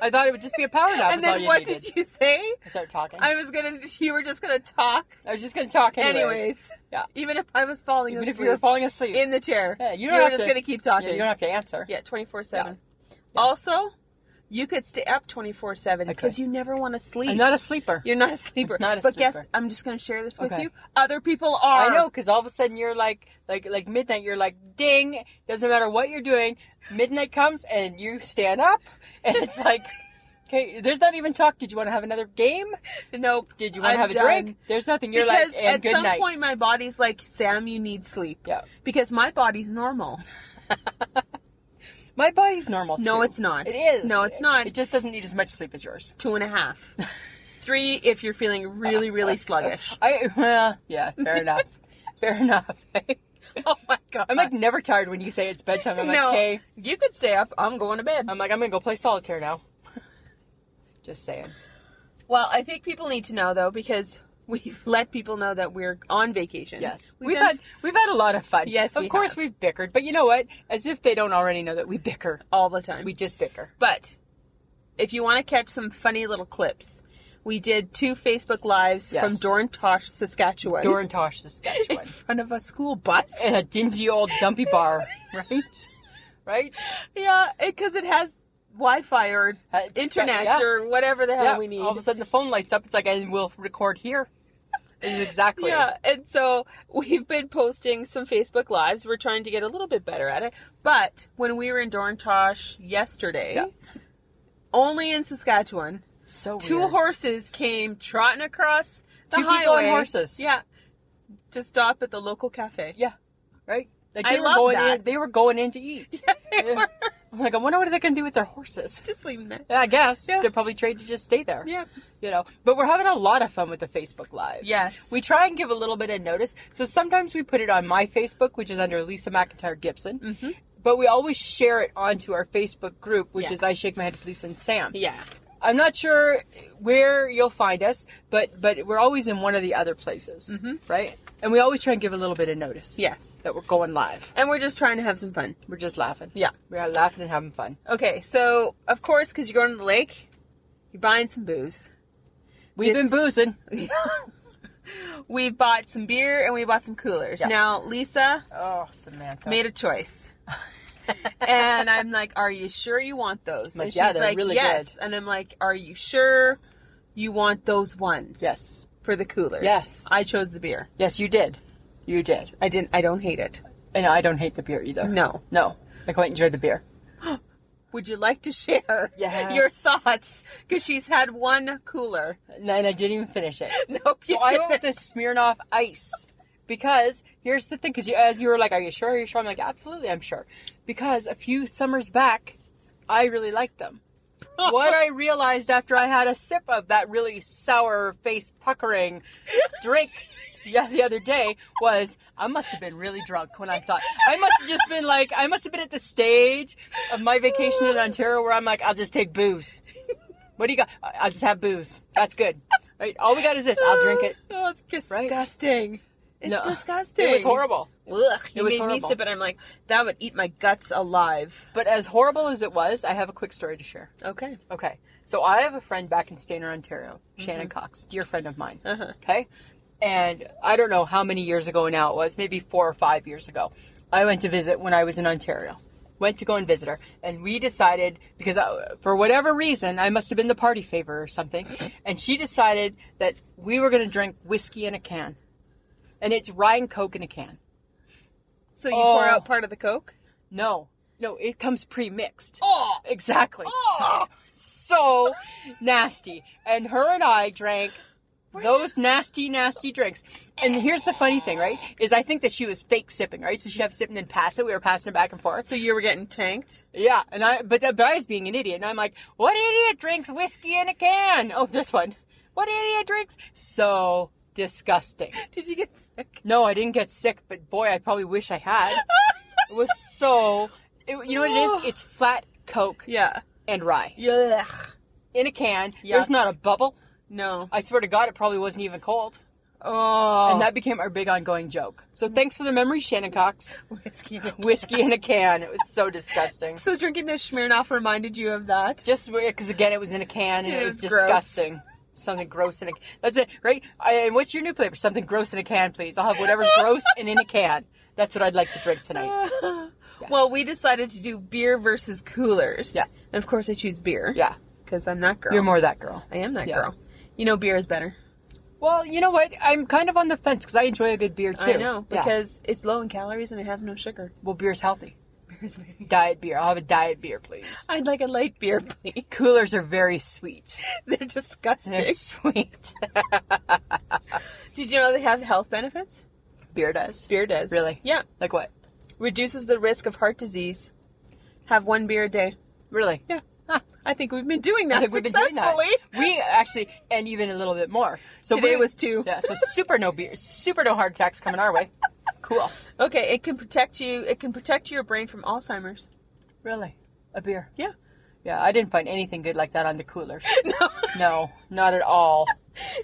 S2: I thought it would just be a power nap.
S1: And
S2: is all
S1: then
S2: you
S1: what
S2: needed.
S1: did you say?
S2: I started talking. I,
S1: I was gonna. You were just gonna talk.
S2: was just gonna talk anyways.
S1: Anyways.
S2: Yeah.
S1: Even if I was falling
S2: Even
S1: asleep
S2: if you were falling asleep,
S1: in the chair,
S2: Yeah, you
S1: you,
S2: don't
S1: were
S2: have
S1: just
S2: to-
S1: gonna keep
S2: yeah, you
S1: talking.
S2: don't have to answer.
S1: Yeah, 24 7.
S2: Yeah.
S1: Also, you could stay up 24 7
S2: I
S1: because
S2: could.
S1: you never want to sleep.
S2: I'm not a sleeper.
S1: You're not a sleeper.
S2: I'm not a
S1: but guess
S2: sleeper.
S1: I'm just going to share this with
S2: Okay.
S1: you. Other people
S2: I
S1: are.
S2: know, because all of a sudden you're like, like, like midnight. You're like, ding. Doesn't matter what you're doing. Midnight comes and you stand up, and it's like, okay, there's not even talk. Did you want to have another game?
S1: Nope.
S2: Did you want
S1: I'm
S2: to have a
S1: done.
S2: drink? There's nothing. You're
S1: because
S2: like, and
S1: at
S2: good
S1: some
S2: night.
S1: point my body's like, Sam, you need sleep.
S2: yeah.
S1: Because my body's normal.
S2: My body's normal.
S1: No,
S2: too.
S1: it's not.
S2: It is.
S1: No, it's not.
S2: It just doesn't need as much sleep as yours.
S1: Two and a half. Three if you're feeling really, really sluggish.
S2: I well, yeah, fair enough. Fair enough.
S1: oh my god.
S2: I'm like never tired when you say it's bedtime. I'm like,
S1: no. Um,
S2: okay.
S1: You could stay up. I'm going to bed.
S2: I'm like, I'm gonna go play solitaire now. Just saying.
S1: Well, I think people need to know though because we've let people know that we're on vacation.
S2: Yes,
S1: We've,
S2: we've
S1: done
S2: had we've had a lot of fun.
S1: Yes,
S2: of
S1: we
S2: course
S1: have.
S2: we've bickered, but you know what? As if they don't already know that we bicker.
S1: all the time.
S2: We just bicker.
S1: but if you want to catch some funny little clips, we did two Facebook lives
S2: Yes.
S1: from Dorntosh, Saskatchewan.
S2: Dorintosh,
S1: in
S2: Saskatchewan,
S1: front of a school bus.
S2: in a dingy old dumpy bar, right? Right?
S1: yeah, because it, has Wi-Fi or
S2: Uh, it's-
S1: internet
S2: yeah.
S1: or whatever the hell
S2: yeah,
S1: we need.
S2: All of a sudden the phone lights up. It's like, and we'll record here. This is exactly.
S1: Yeah, and so we've been posting some Facebook lives. We're trying to get a little bit better at it. But when we were in Dorntosh yesterday,
S2: Yeah. Oh,
S1: only in Saskatchewan,
S2: So
S1: two
S2: weird.
S1: horses came trotting across the
S2: Two people on
S1: highway.
S2: horses.
S1: Yeah, to stop at the local cafe.
S2: Yeah. Right? Like
S1: I
S2: they were
S1: love
S2: going
S1: that.
S2: in they were going in to eat.
S1: They were
S2: I'm like, I wonder what they're gonna do with their horses.
S1: just leaving that.
S2: Yeah, I guess.
S1: Yeah.
S2: They're probably trained to just stay there.
S1: Yeah.
S2: You know. But we're having a lot of fun with the Facebook Live.
S1: Yes.
S2: We try and give a little bit of notice. So sometimes we put it on my Facebook, which is under Lisa McIntyre Gibson.
S1: Mhm.
S2: But we always share it onto our Facebook group, which
S1: Yeah.
S2: is I Shake My Head to Lisa and Sam.
S1: Yeah.
S2: I'm not sure where you'll find us, but but we're always in one of the other places,
S1: Mhm.
S2: right? And we always try and give a little bit of notice.
S1: Yes.
S2: That we're going live.
S1: And we're just trying to have some fun.
S2: We're just laughing.
S1: Yeah.
S2: We're laughing and having fun.
S1: Okay, so of course, because you're going to the lake, you're buying some booze.
S2: We've
S1: This-
S2: been boozing.
S1: we bought some beer and we bought some coolers.
S2: Yeah.
S1: Now Lisa
S2: Oh, Samantha.
S1: made a choice. and I'm like, "Are you sure you want those?"
S2: Like,
S1: and
S2: yeah,
S1: she's
S2: they're
S1: like,
S2: really
S1: "Yes." And I'm like, "Are you sure you want those ones?"
S2: yes.
S1: For the coolers.
S2: Yes.
S1: I chose the beer.
S2: Yes, you did. You did.
S1: I didn't. I don't hate it.
S2: And I don't hate the beer either.
S1: No.
S2: No. I quite enjoy the beer.
S1: Would you like to share
S2: Yes.
S1: your thoughts? Because she's had one cooler.
S2: And then I didn't even finish it.
S1: Nope.
S2: So
S1: you
S2: I went with
S1: didn't.
S2: the Smirnoff Ice because here's the thing. Because you, as you were like, "Are you sure? Are you sure?" I'm like, "Absolutely, I'm sure." Because a few summers back, I really liked them. what I realized after I had a sip of that really sour face puckering drink the, the other day was I must have been really drunk when I thought I must have just been like I must have been at the stage of my vacation in Ontario where I'm like I'll just take booze. What do you got? "I- I'll just have booze. That's good. Right? All we got is this. I'll drink it.
S1: Oh, it's
S2: Right?
S1: disgusting. It's
S2: No.
S1: disgusting.
S2: It was horrible.
S1: Ugh, you
S2: It was
S1: made me
S2: horrible.
S1: sip it. I'm like, that would eat my guts alive.
S2: But as horrible as it was, I have a quick story to share.
S1: Okay.
S2: Okay. So I have a friend back in Stainer, Ontario, Shannon Cox, dear friend of mine.
S1: Uh-huh.
S2: Okay. And I don't know how many years ago now it was, maybe four or five years ago. I went to visit when I was in Ontario. Went to go and visit her, and we decided because I, for whatever reason I must have been the party favor or something, and she decided that we were going to drink whiskey in a can, and it's rye and coke in a can.
S1: So you pour
S2: Oh.
S1: out part of the Coke?
S2: No, no, it comes pre-mixed.
S1: Oh!
S2: Exactly.
S1: Oh!
S2: So nasty. And her and I drank those nasty, nasty drinks. And here's the funny thing, right? Is I think that she was fake sipping, right? So she'd have a sip and then pass it. We were passing it back and forth.
S1: So you were getting tanked?
S2: Yeah. And I, but, but I was being an idiot. And I'm like, what idiot drinks whiskey in a can? Oh, this one. What idiot drinks? So disgusting.
S1: Did you get sick?
S2: No, I didn't get sick, but boy, I probably wish I had. It was so, it, you know what it is? It's flat Coke
S1: yeah.
S2: and rye.
S1: Yeah.
S2: in a can.
S1: Yeah.
S2: There's not a bubble.
S1: No.
S2: I swear to God, it probably wasn't even cold.
S1: Oh.
S2: And that became our big ongoing joke. So thanks for the memory, Shannon Cox.
S1: whiskey. in a can.
S2: Whiskey in a can. It was so disgusting.
S1: So drinking the Smirnoff reminded you of that?
S2: Just because again, it was in a can and it,
S1: It
S2: was,
S1: was gross.
S2: disgusting. Something gross in a. That's it, right? I, and what's your new flavor? Something gross in a can, please. I'll have whatever's gross and in a can. That's what I'd like to drink tonight.
S1: Well, we decided to do beer versus coolers.
S2: Yeah.
S1: And of course I choose beer.
S2: Yeah,
S1: Because I'm that girl.
S2: you're more that girl.
S1: I am that
S2: Yeah.
S1: girl. You know beer is better.
S2: Well, you know what? I'm kind of on the fence because I enjoy a good beer too.
S1: I know.
S2: Yeah.
S1: Because it's low in calories and it has no sugar.
S2: well, beer's healthy.
S1: Beer is very-
S2: Diet beer. I'll have a diet beer, please.
S1: I'd like a light beer, please.
S2: Coolers are very sweet.
S1: They're disgusting.
S2: They're sweet.
S1: Did you know they have health benefits?
S2: Beer does.
S1: Beer does.
S2: Really?
S1: Yeah.
S2: Like what?
S1: Reduces the risk of heart disease. Have one beer a day.
S2: Really?
S1: Yeah. Huh. I think we've been doing
S2: I
S1: that
S2: think we've been doing that.
S1: successfully.
S2: We actually, and even a little bit more. So
S1: Today
S2: we-
S1: was two.
S2: Yeah. So super no beer, super no heart attacks coming our way. Cool.
S1: Okay, it can protect you. It can protect your brain from Alzheimer's.
S2: Really? A beer?
S1: Yeah.
S2: Yeah. I didn't find anything good like that on the coolers.
S1: No.
S2: no, not at all.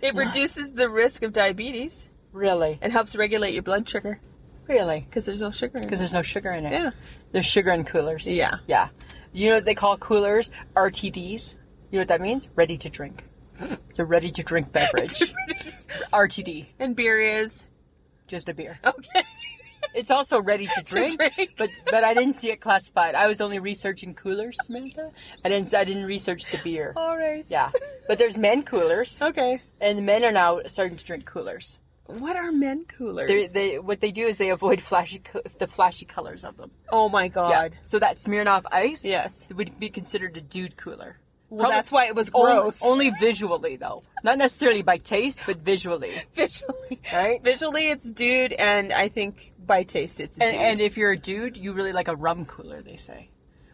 S1: It reduces the risk of diabetes
S2: Really?
S1: and helps regulate your blood sugar
S2: Really?
S1: because there's no sugar in
S2: Because
S1: it.
S2: there's no sugar in it.
S1: Yeah.
S2: There's sugar in coolers.
S1: Yeah.
S2: Yeah. You know what they call coolers? RTDs. You know what that means? Ready to drink. It's a ready to drink beverage. RTD,
S1: And beer is
S2: just a beer.
S1: okay.
S2: It's also ready to drink,
S1: Oh. drink.
S2: but but I didn't see it classified. I was only researching coolers, Samantha. I didn't I didn't research the beer.
S1: All right.
S2: Yeah. But there's men coolers,
S1: Okay.
S2: and the men are now starting to drink coolers.
S1: What are men coolers?
S2: They they what they do is they avoid flashy co- the flashy colors of them.
S1: oh my god.
S2: Yeah. So that Smirnoff Ice
S1: Yes.
S2: would be considered a dude cooler.
S1: Well,
S2: Probably-
S1: that's why it was
S2: Only-
S1: gross.
S2: Only, visually, though. Not necessarily by taste, but visually.
S1: visually.
S2: Right?
S1: Visually, it's dude, and I think by taste, it's
S2: And,
S1: dude.
S2: and if you're a dude, you really like a rum cooler, they say.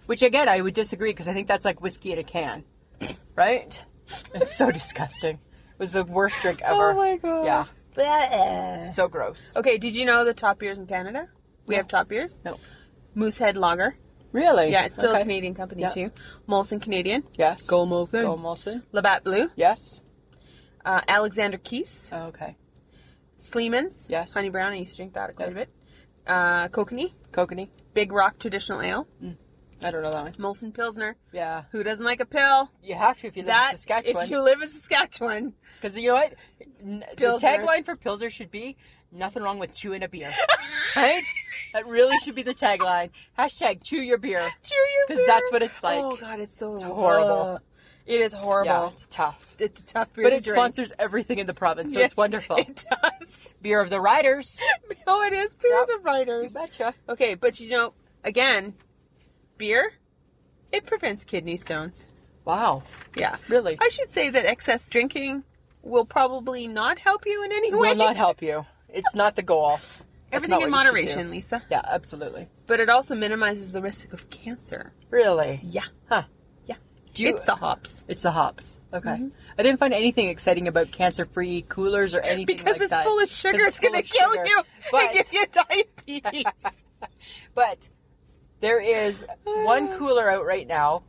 S2: Which, again, I would disagree because I think that's like whiskey in a can. Right? It's so disgusting. It was the worst drink ever.
S1: oh my god.
S2: Yeah.
S1: Yeah.
S2: So gross.
S1: Okay. Did you know the top beers in Canada? We
S2: No.
S1: have top beers.
S2: Nope.
S1: Moosehead Lager.
S2: Really?
S1: Yeah, it's still
S2: Okay.
S1: a Canadian company
S2: Yeah.
S1: too. Molson Canadian.
S2: Yes.
S1: Gold Molson.
S2: Gold Molson.
S1: Labatt Blue.
S2: Yes.
S1: Uh, Alexander Keese.
S2: Oh, okay.
S1: Sleeman's.
S2: Yes.
S1: Honey Brown. I used to drink that quite
S2: Yeah.
S1: a bit. Uh, Kokanee.
S2: Kokanee.
S1: Big Rock Traditional Ale.
S2: I don't know that one.
S1: Molson Pilsner.
S2: Yeah.
S1: Who doesn't like a pill?
S2: You have to if you live
S1: That
S2: in Saskatchewan.
S1: if you live in Saskatchewan.
S2: Because you know what? N- The
S1: Pilsner.
S2: tagline for Pilsner should be nothing wrong with chewing a beer. right? That really should be the tagline. Hashtag chew your beer.
S1: Chew your
S2: 'Cause
S1: beer.
S2: that's what it's like.
S1: Oh god, it's so
S2: horrible.
S1: Ugh. it is horrible.
S2: Yeah, it's tough.
S1: It's, it's a tough beer
S2: But
S1: to
S2: it
S1: drink.
S2: sponsors everything in the province, so
S1: Yes,
S2: it's wonderful.
S1: It does.
S2: Beer of the Riders.
S1: Oh, it is beer
S2: Yep.
S1: the
S2: You
S1: writers.
S2: betcha.
S1: Okay, but you know, again, beer, it prevents kidney stones.
S2: Wow.
S1: Yeah.
S2: Really?
S1: I should say that excess drinking will probably not help you in any way.
S2: Will not help you. It's not the goal. That's
S1: Everything in
S2: not what you should do.
S1: moderation, Lisa.
S2: Yeah, absolutely.
S1: But it also minimizes the risk of cancer.
S2: Really?
S1: Yeah.
S2: Huh.
S1: Yeah.
S2: Do you-
S1: it's the hops.
S2: It's the hops. Okay.
S1: Mhm.
S2: I didn't find anything exciting about cancer-free coolers or anything
S1: Because
S2: like
S1: it's
S2: that.
S1: full of sugar,
S2: Because
S1: it's, gonna
S2: full
S1: kill
S2: of sugar.
S1: you
S2: But-
S1: and give you diabetes.
S2: but there is one cooler out right now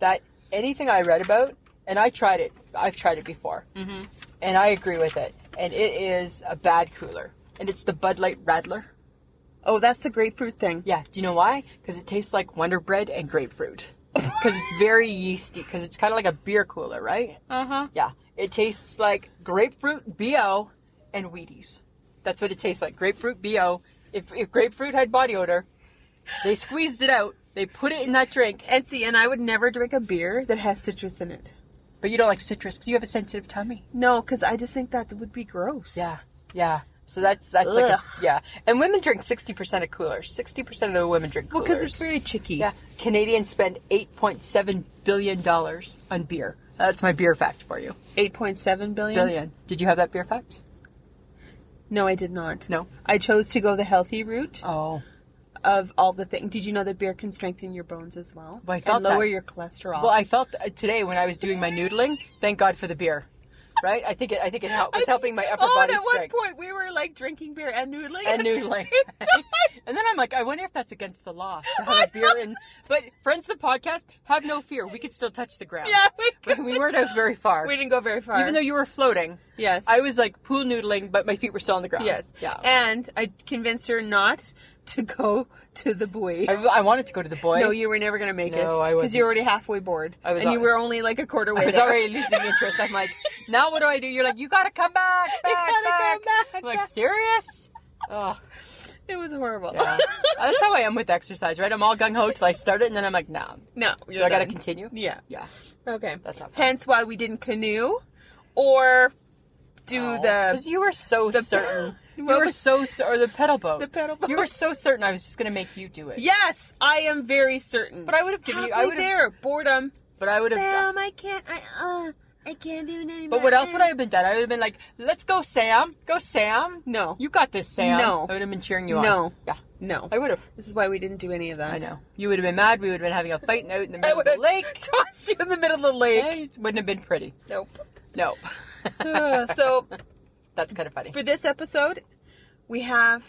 S2: that anything I read about, and I tried it. I've tried it before,
S1: Mhm.
S2: and I agree with it. And it is a bad cooler, and it's the Bud Light Radler.
S1: Oh, that's the grapefruit thing.
S2: Yeah, do you know why? Because it tastes like Wonder Bread and grapefruit. Because it's very yeasty. Because it's kind of like a beer cooler, right?
S1: Uh huh.
S2: Yeah, it tastes like grapefruit bo and Wheaties. That's what it tastes like. Grapefruit bo If, if grapefruit had body odor, they squeezed it out. They put it in that drink.
S1: And see, and I would never drink a beer that has citrus in it.
S2: But you don't like citrus because you have a sensitive tummy.
S1: No, because I just think that would be gross.
S2: Yeah, yeah. So that's that's like a,
S1: Ugh.
S2: yeah. And women drink sixty percent of coolers. Sixty percent of the women drink coolers.
S1: Because it's very chicky.
S2: yeah. Canadians spend eight point seven billion dollars on beer. That's my beer fact for you.
S1: 8.7 billion?
S2: Billion. Did you have that beer fact?
S1: No, I did not.
S2: No.
S1: I chose to go the healthy route
S2: Oh.
S1: of all the things. Did you know that beer can strengthen your bones as well?
S2: Well, I felt
S1: and lower
S2: that.
S1: your cholesterol.
S2: Well, I felt uh, today when I was doing my noodling. Thank God for the beer. Right? I think it. I think it helped.
S1: I
S2: Was helping my upper
S1: oh,
S2: body
S1: and at
S2: strength.
S1: one point we were like drinking beer and noodling.
S2: and noodling. and then I'm like, I wonder if that's against the law to have a beer in. But friends, of the podcast, have no fear. We could still touch the ground.
S1: yeah, we,
S2: We- we weren't out very far.
S1: We didn't go very far.
S2: Even though you were floating,
S1: yes,
S2: I was like pool noodling, but my feet were still on the ground.
S1: yes,
S2: Yeah.
S1: And I convinced her not to go to the buoy.
S2: I, I wanted to go to the boy.
S1: no, you were never gonna make
S2: No,
S1: it
S2: I
S1: because you
S2: wasn't.
S1: were already halfway bored,
S2: I was
S1: and you
S2: al-
S1: were only like a quarter way.
S2: I was
S1: there.
S2: already losing interest. I'm like, now what do I do? You're like, you gotta come back,
S1: You
S2: back,
S1: gotta
S2: back.
S1: go back.
S2: I'm like, serious? Oh,
S1: it was horrible.
S2: yeah. That's how I am with exercise, right? I'm all gung ho till I start it, and then I'm like, nah,
S1: no, you're
S2: I gotta
S1: done.
S2: continue.
S1: Yeah.
S2: Yeah,
S1: Okay.
S2: that's not. Fun.
S1: Hence why we didn't canoe or do
S2: because
S1: the
S2: you were so
S1: the
S2: certain.
S1: You
S2: You were so cer- or the pedal boat.
S1: the pedal boat.
S2: You were so certain I was just gonna make you do it.
S1: Yes, I am very certain.
S2: But I would have given you. I would have.
S1: there boredom.
S2: But I would have.
S1: Sam, I can't. I uh, I can't do it anymore.
S2: But what else would I have been done? I would have been like, "Let's go, Sam. Go, Sam.
S1: No,
S2: You got this, Sam."
S1: No.
S2: I would have been cheering you on.
S1: no,
S2: Yeah.
S1: no.
S2: I would have.
S1: This is why we didn't do any of that.
S2: I know. You would have been mad. We would have been having a fight out in the
S1: I
S2: middle
S1: would
S2: of the
S1: have
S2: lake.
S1: tossed you in the middle of the lake.
S2: It wouldn't have been pretty.
S1: Nope.
S2: No.
S1: Uh, so
S2: that's kind of funny.
S1: for this episode, we have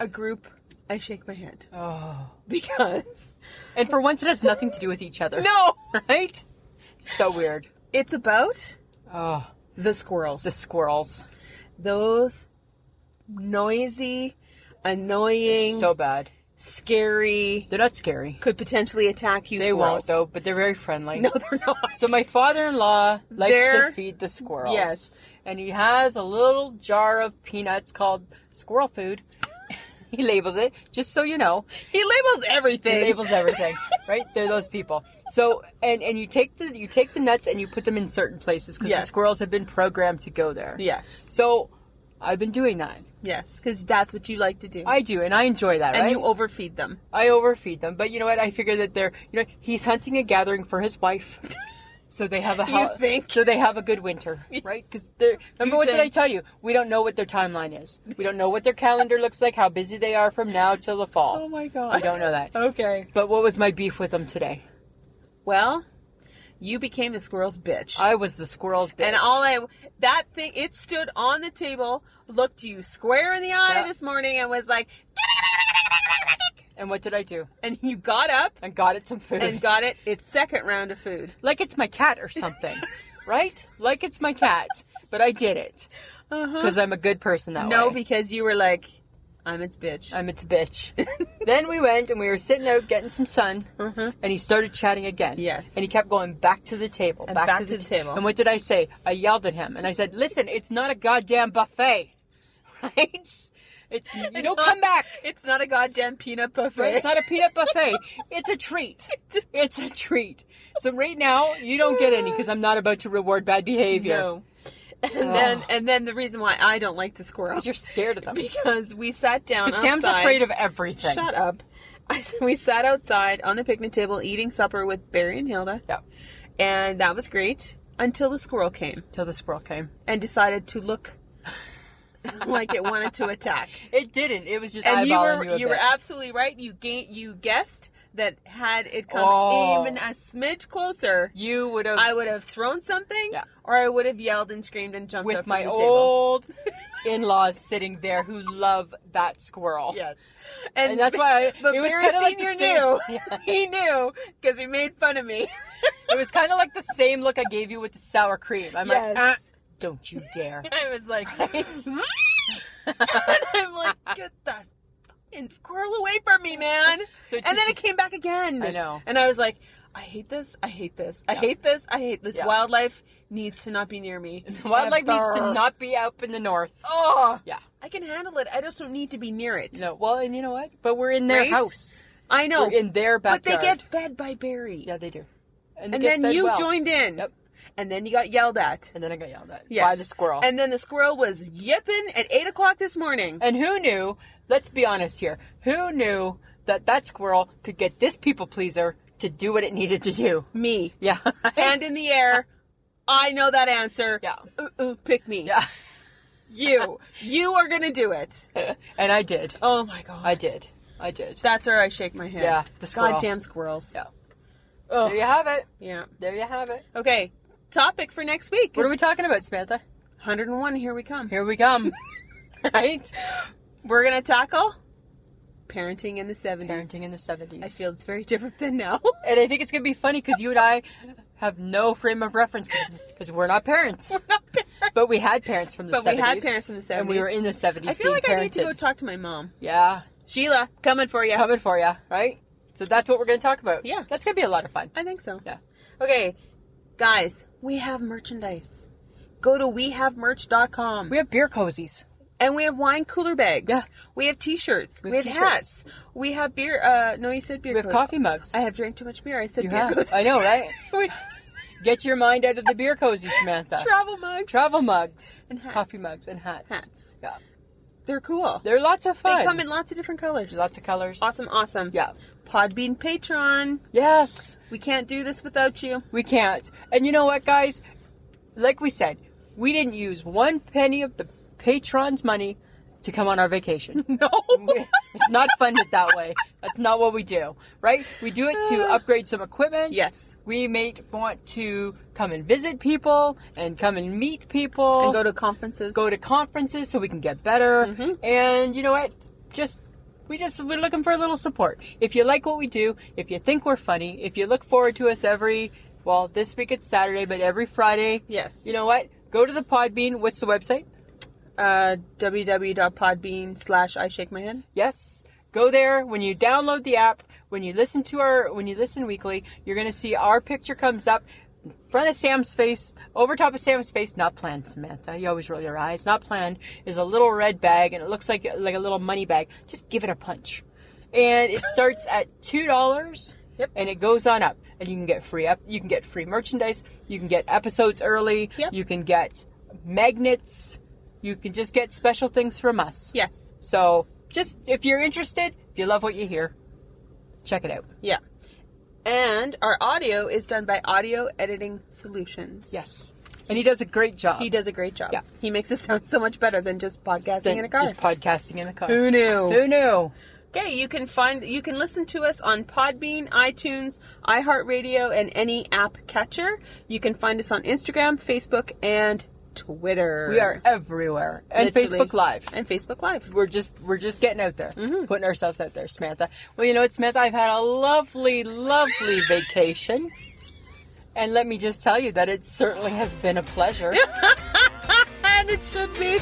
S1: a group. I shake my head
S2: Oh.
S1: because
S2: And for once, it has nothing to do with each other.
S1: no,
S2: Right? So weird.
S1: it's about
S2: Oh.
S1: the squirrels.
S2: The squirrels.
S1: Those noisy, annoying,
S2: So bad.
S1: scary,
S2: They're not scary.
S1: could potentially attack you.
S2: They won't
S1: squirrels.
S2: though, but they're very friendly.
S1: No, they're not.
S2: So my father-in-law likes
S1: They're-
S2: to feed the squirrels.
S1: Yes.
S2: And he has a little jar of peanuts called squirrel food. he labels it, just so you know.
S1: He labels everything.
S2: He labels everything, right? They're those people. So and and you take the you take the nuts and you put them in certain places because the
S1: Yes.
S2: squirrels have been programmed to go there.
S1: Yes.
S2: So I've been doing that.
S1: Yes, because that's what you like to do.
S2: I do, and I enjoy that.
S1: and
S2: right?
S1: you overfeed them.
S2: I overfeed them, but you know what? I figure that they're, you know, he's hunting and gathering for his wife. So they have a
S1: You
S2: hou-
S1: think?
S2: so they have a good winter, right? Because they're remember what did I
S1: think?
S2: tell you? We don't know what their timeline is. We don't know what their calendar looks like, how busy they are from now till the fall.
S1: Oh my god.
S2: we don't know that.
S1: Okay.
S2: But what was my beef with them today?
S1: Well, you became the squirrel's bitch.
S2: I was the squirrel's bitch.
S1: and all I that thing it stood on the table, looked you square in the eye
S2: Yeah.
S1: this morning and was like
S2: and what did I do?
S1: and you got up
S2: And got it some food.
S1: and got it its second round of food.
S2: like it's my cat or something, right? Like it's my cat. But I did it
S1: Uh-huh.
S2: because I'm a good person that
S1: No,
S2: way. Uh,
S1: because you were like I'm its bitch.
S2: I'm its bitch. then we went and we were sitting out getting some sun,
S1: uh-huh.
S2: and he started chatting again.
S1: Yes.
S2: And he kept going back to the table,
S1: And
S2: back,
S1: back
S2: to
S1: to
S2: the,
S1: the
S2: ta-
S1: table.
S2: And what did I say? I yelled at him, and I said, "Listen, it's not a goddamn buffet, right? It's you don't come back.
S1: It's not a goddamn peanut buffet.
S2: Right? It's not a peanut buffet. It's a treat. It's a treat. So right now you don't get any because I'm not about to reward bad behavior.
S1: No. And then and then the reason why I don't like the squirrel
S2: 'Cause you're scared of them.
S1: because we sat down outside.
S2: Sam's afraid of everything.
S1: Shut up. I, we sat outside on the picnic table eating supper with Barry and Hilda.
S2: Yeah.
S1: And that was great until the squirrel came
S2: Till the squirrel came.
S1: and decided to look like it wanted to attack.
S2: It didn't. It was just
S1: And you
S2: eyeballing
S1: were
S2: a
S1: you were
S2: bit.
S1: absolutely right. You ga- you guessed that had it come
S2: Oh.
S1: even a smidge closer,
S2: You would have
S1: I would have thrown something
S2: Yeah.
S1: or I would have yelled and screamed and jumped up
S2: with
S1: from
S2: my
S1: the table.
S2: old in-laws sitting there who love that squirrel.
S1: Yes.
S2: And, that's why I,
S1: but
S2: it was
S1: Barry
S2: kind of like
S1: Senior
S2: the same,
S1: knew.
S2: Yeah.
S1: he knew because he made fun of me.
S2: it was kind of like the same look I gave you with the sour cream. I'm like,
S1: Yes.
S2: "Ah, don't you dare.
S1: I was like,
S2: Right?
S1: and I'm like, get the fucking squirrel away from me, man.
S2: So
S1: And then it came back again.
S2: I know.
S1: And I was like, I hate this. I hate this. I hate this. I hate this.
S2: Yeah.
S1: Wildlife needs to not be near me.
S2: Wildlife needs
S1: Ever.
S2: to not be up in the north.
S1: Oh,
S2: Yeah.
S1: I can handle it. I just don't need to be near it.
S2: No, well, and you know what? But we're in their
S1: Right?
S2: house.
S1: I know.
S2: We're in their
S1: but
S2: backyard.
S1: they get fed by Barry.
S2: Yeah, they do. they
S1: and
S2: get
S1: then
S2: fed
S1: you
S2: well.
S1: joined in.
S2: Yep.
S1: And then you got yelled at.
S2: And then I got yelled at
S1: Yes.
S2: by the squirrel.
S1: And then the squirrel was yipping at eight o'clock this morning.
S2: And who knew? Let's be honest here. Who knew that that squirrel could get this people pleaser to do what it needed to do?
S1: me.
S2: Yeah.
S1: Hand in the air. I know that answer.
S2: Yeah.
S1: Ooh, ooh, pick me.
S2: yeah.
S1: You. You are gonna do it.
S2: And I did.
S1: Oh my god.
S2: I did. I did.
S1: That's where I shake my head.
S2: Yeah. The squirrel.
S1: Goddamn squirrels.
S2: Yeah.
S1: Ugh.
S2: There you have it.
S1: Yeah.
S2: There you have it.
S1: Okay. Topic for next week.
S2: What are
S1: is
S2: we talking about, Samantha?
S1: 101. Here we come.
S2: Here we come. right?
S1: We're gonna tackle parenting in the 70s.
S2: Parenting in the 70s.
S1: I feel it's very different than now.
S2: and I think it's going to be funny because you and I have no frame of reference because we're not parents.
S1: We're not parents.
S2: But we had parents from the
S1: But
S2: 70s.
S1: we had parents from the 70s.
S2: And we were in the 70s
S1: I feel
S2: being
S1: like I need to
S2: parented.
S1: go talk to my mom.
S2: yeah.
S1: Sheila, coming for you.
S2: coming for you, right? So that's what we're going to talk about.
S1: Yeah.
S2: That's going to be a lot of fun.
S1: I think so.
S2: Yeah.
S1: Okay, guys, we have merchandise. Go to wehavemerch.com.
S2: We have beer cozies.
S1: and we have wine cooler bags.
S2: Yeah.
S1: We have t-shirts. We
S2: We
S1: have,
S2: have
S1: hats.
S2: t-shirts.
S1: We have beer. Uh, no, you said beer.
S2: We have
S1: coat.
S2: coffee mugs.
S1: I have drank too much beer. I said
S2: You
S1: beer.
S2: have.
S1: goes-
S2: I know, right?
S1: We-
S2: Get your mind out of the beer cozy, Samantha.
S1: Travel mugs.
S2: Travel mugs.
S1: And hats.
S2: Coffee mugs and hats.
S1: Hats.
S2: Yeah.
S1: They're cool.
S2: They're lots of fun.
S1: They come in lots of different colors.
S2: lots of colors.
S1: Awesome, awesome.
S2: Yeah.
S1: Podbean Patreon.
S2: Yes.
S1: We can't do this without you.
S2: We can't. And you know what, guys? Like we said, we didn't use one penny of the patrons' money to come on our vacation.
S1: No.
S2: it's not funded that way. That's not what we do, right? We do it to upgrade some equipment.
S1: yes.
S2: We may want to come and visit people and come and meet people
S1: And go to conferences.
S2: go to conferences so we can get better.
S1: Mhm.
S2: And you know what? Just we just we're looking for a little support. If you like what we do, if you think we're funny, if you look forward to us every well, this week it's Saturday, but every Friday,
S1: Yes.
S2: you know what? Go to the Podbean. What's the website?
S1: uh, www.podbean slash I shake my head.
S2: Yes. Go there when you download the app, when you listen to our when you listen weekly, you're going to see our picture comes up in front of Sam's face, over top of Sam's face, not planned, Samantha. You always roll your eyes. Not planned is a little red bag and it looks like like a little money bag. Just give it a punch. And it starts at $2
S1: Yep.
S2: and it goes on up and you can get free up you can get free merchandise, you can get episodes early,
S1: Yep.
S2: you can get magnets, you can just get special things from us.
S1: Yes.
S2: So just if you're interested, if you love what you hear, check it out.
S1: Yeah. And our audio is done by Audio Editing Solutions.
S2: Yes. And he does a great job.
S1: He does a great job.
S2: Yeah.
S1: He makes us sound so much better than just podcasting
S2: Than
S1: in a car.
S2: Just podcasting in the car.
S1: Who knew?
S2: Who knew?
S1: Okay, you can find you can listen to us on Podbean, iTunes, iHeartRadio, and any app catcher. You can find us on Instagram, Facebook, and Twitter.
S2: We are everywhere. And
S1: Literally.
S2: Facebook Live.
S1: and Facebook Live.
S2: We're just we're just getting out there,
S1: Mhm.
S2: putting ourselves out there, Samantha. Well, you know what, Samantha, I've had a lovely, lovely vacation, and let me just tell you that it certainly has been a pleasure.
S1: and it should be.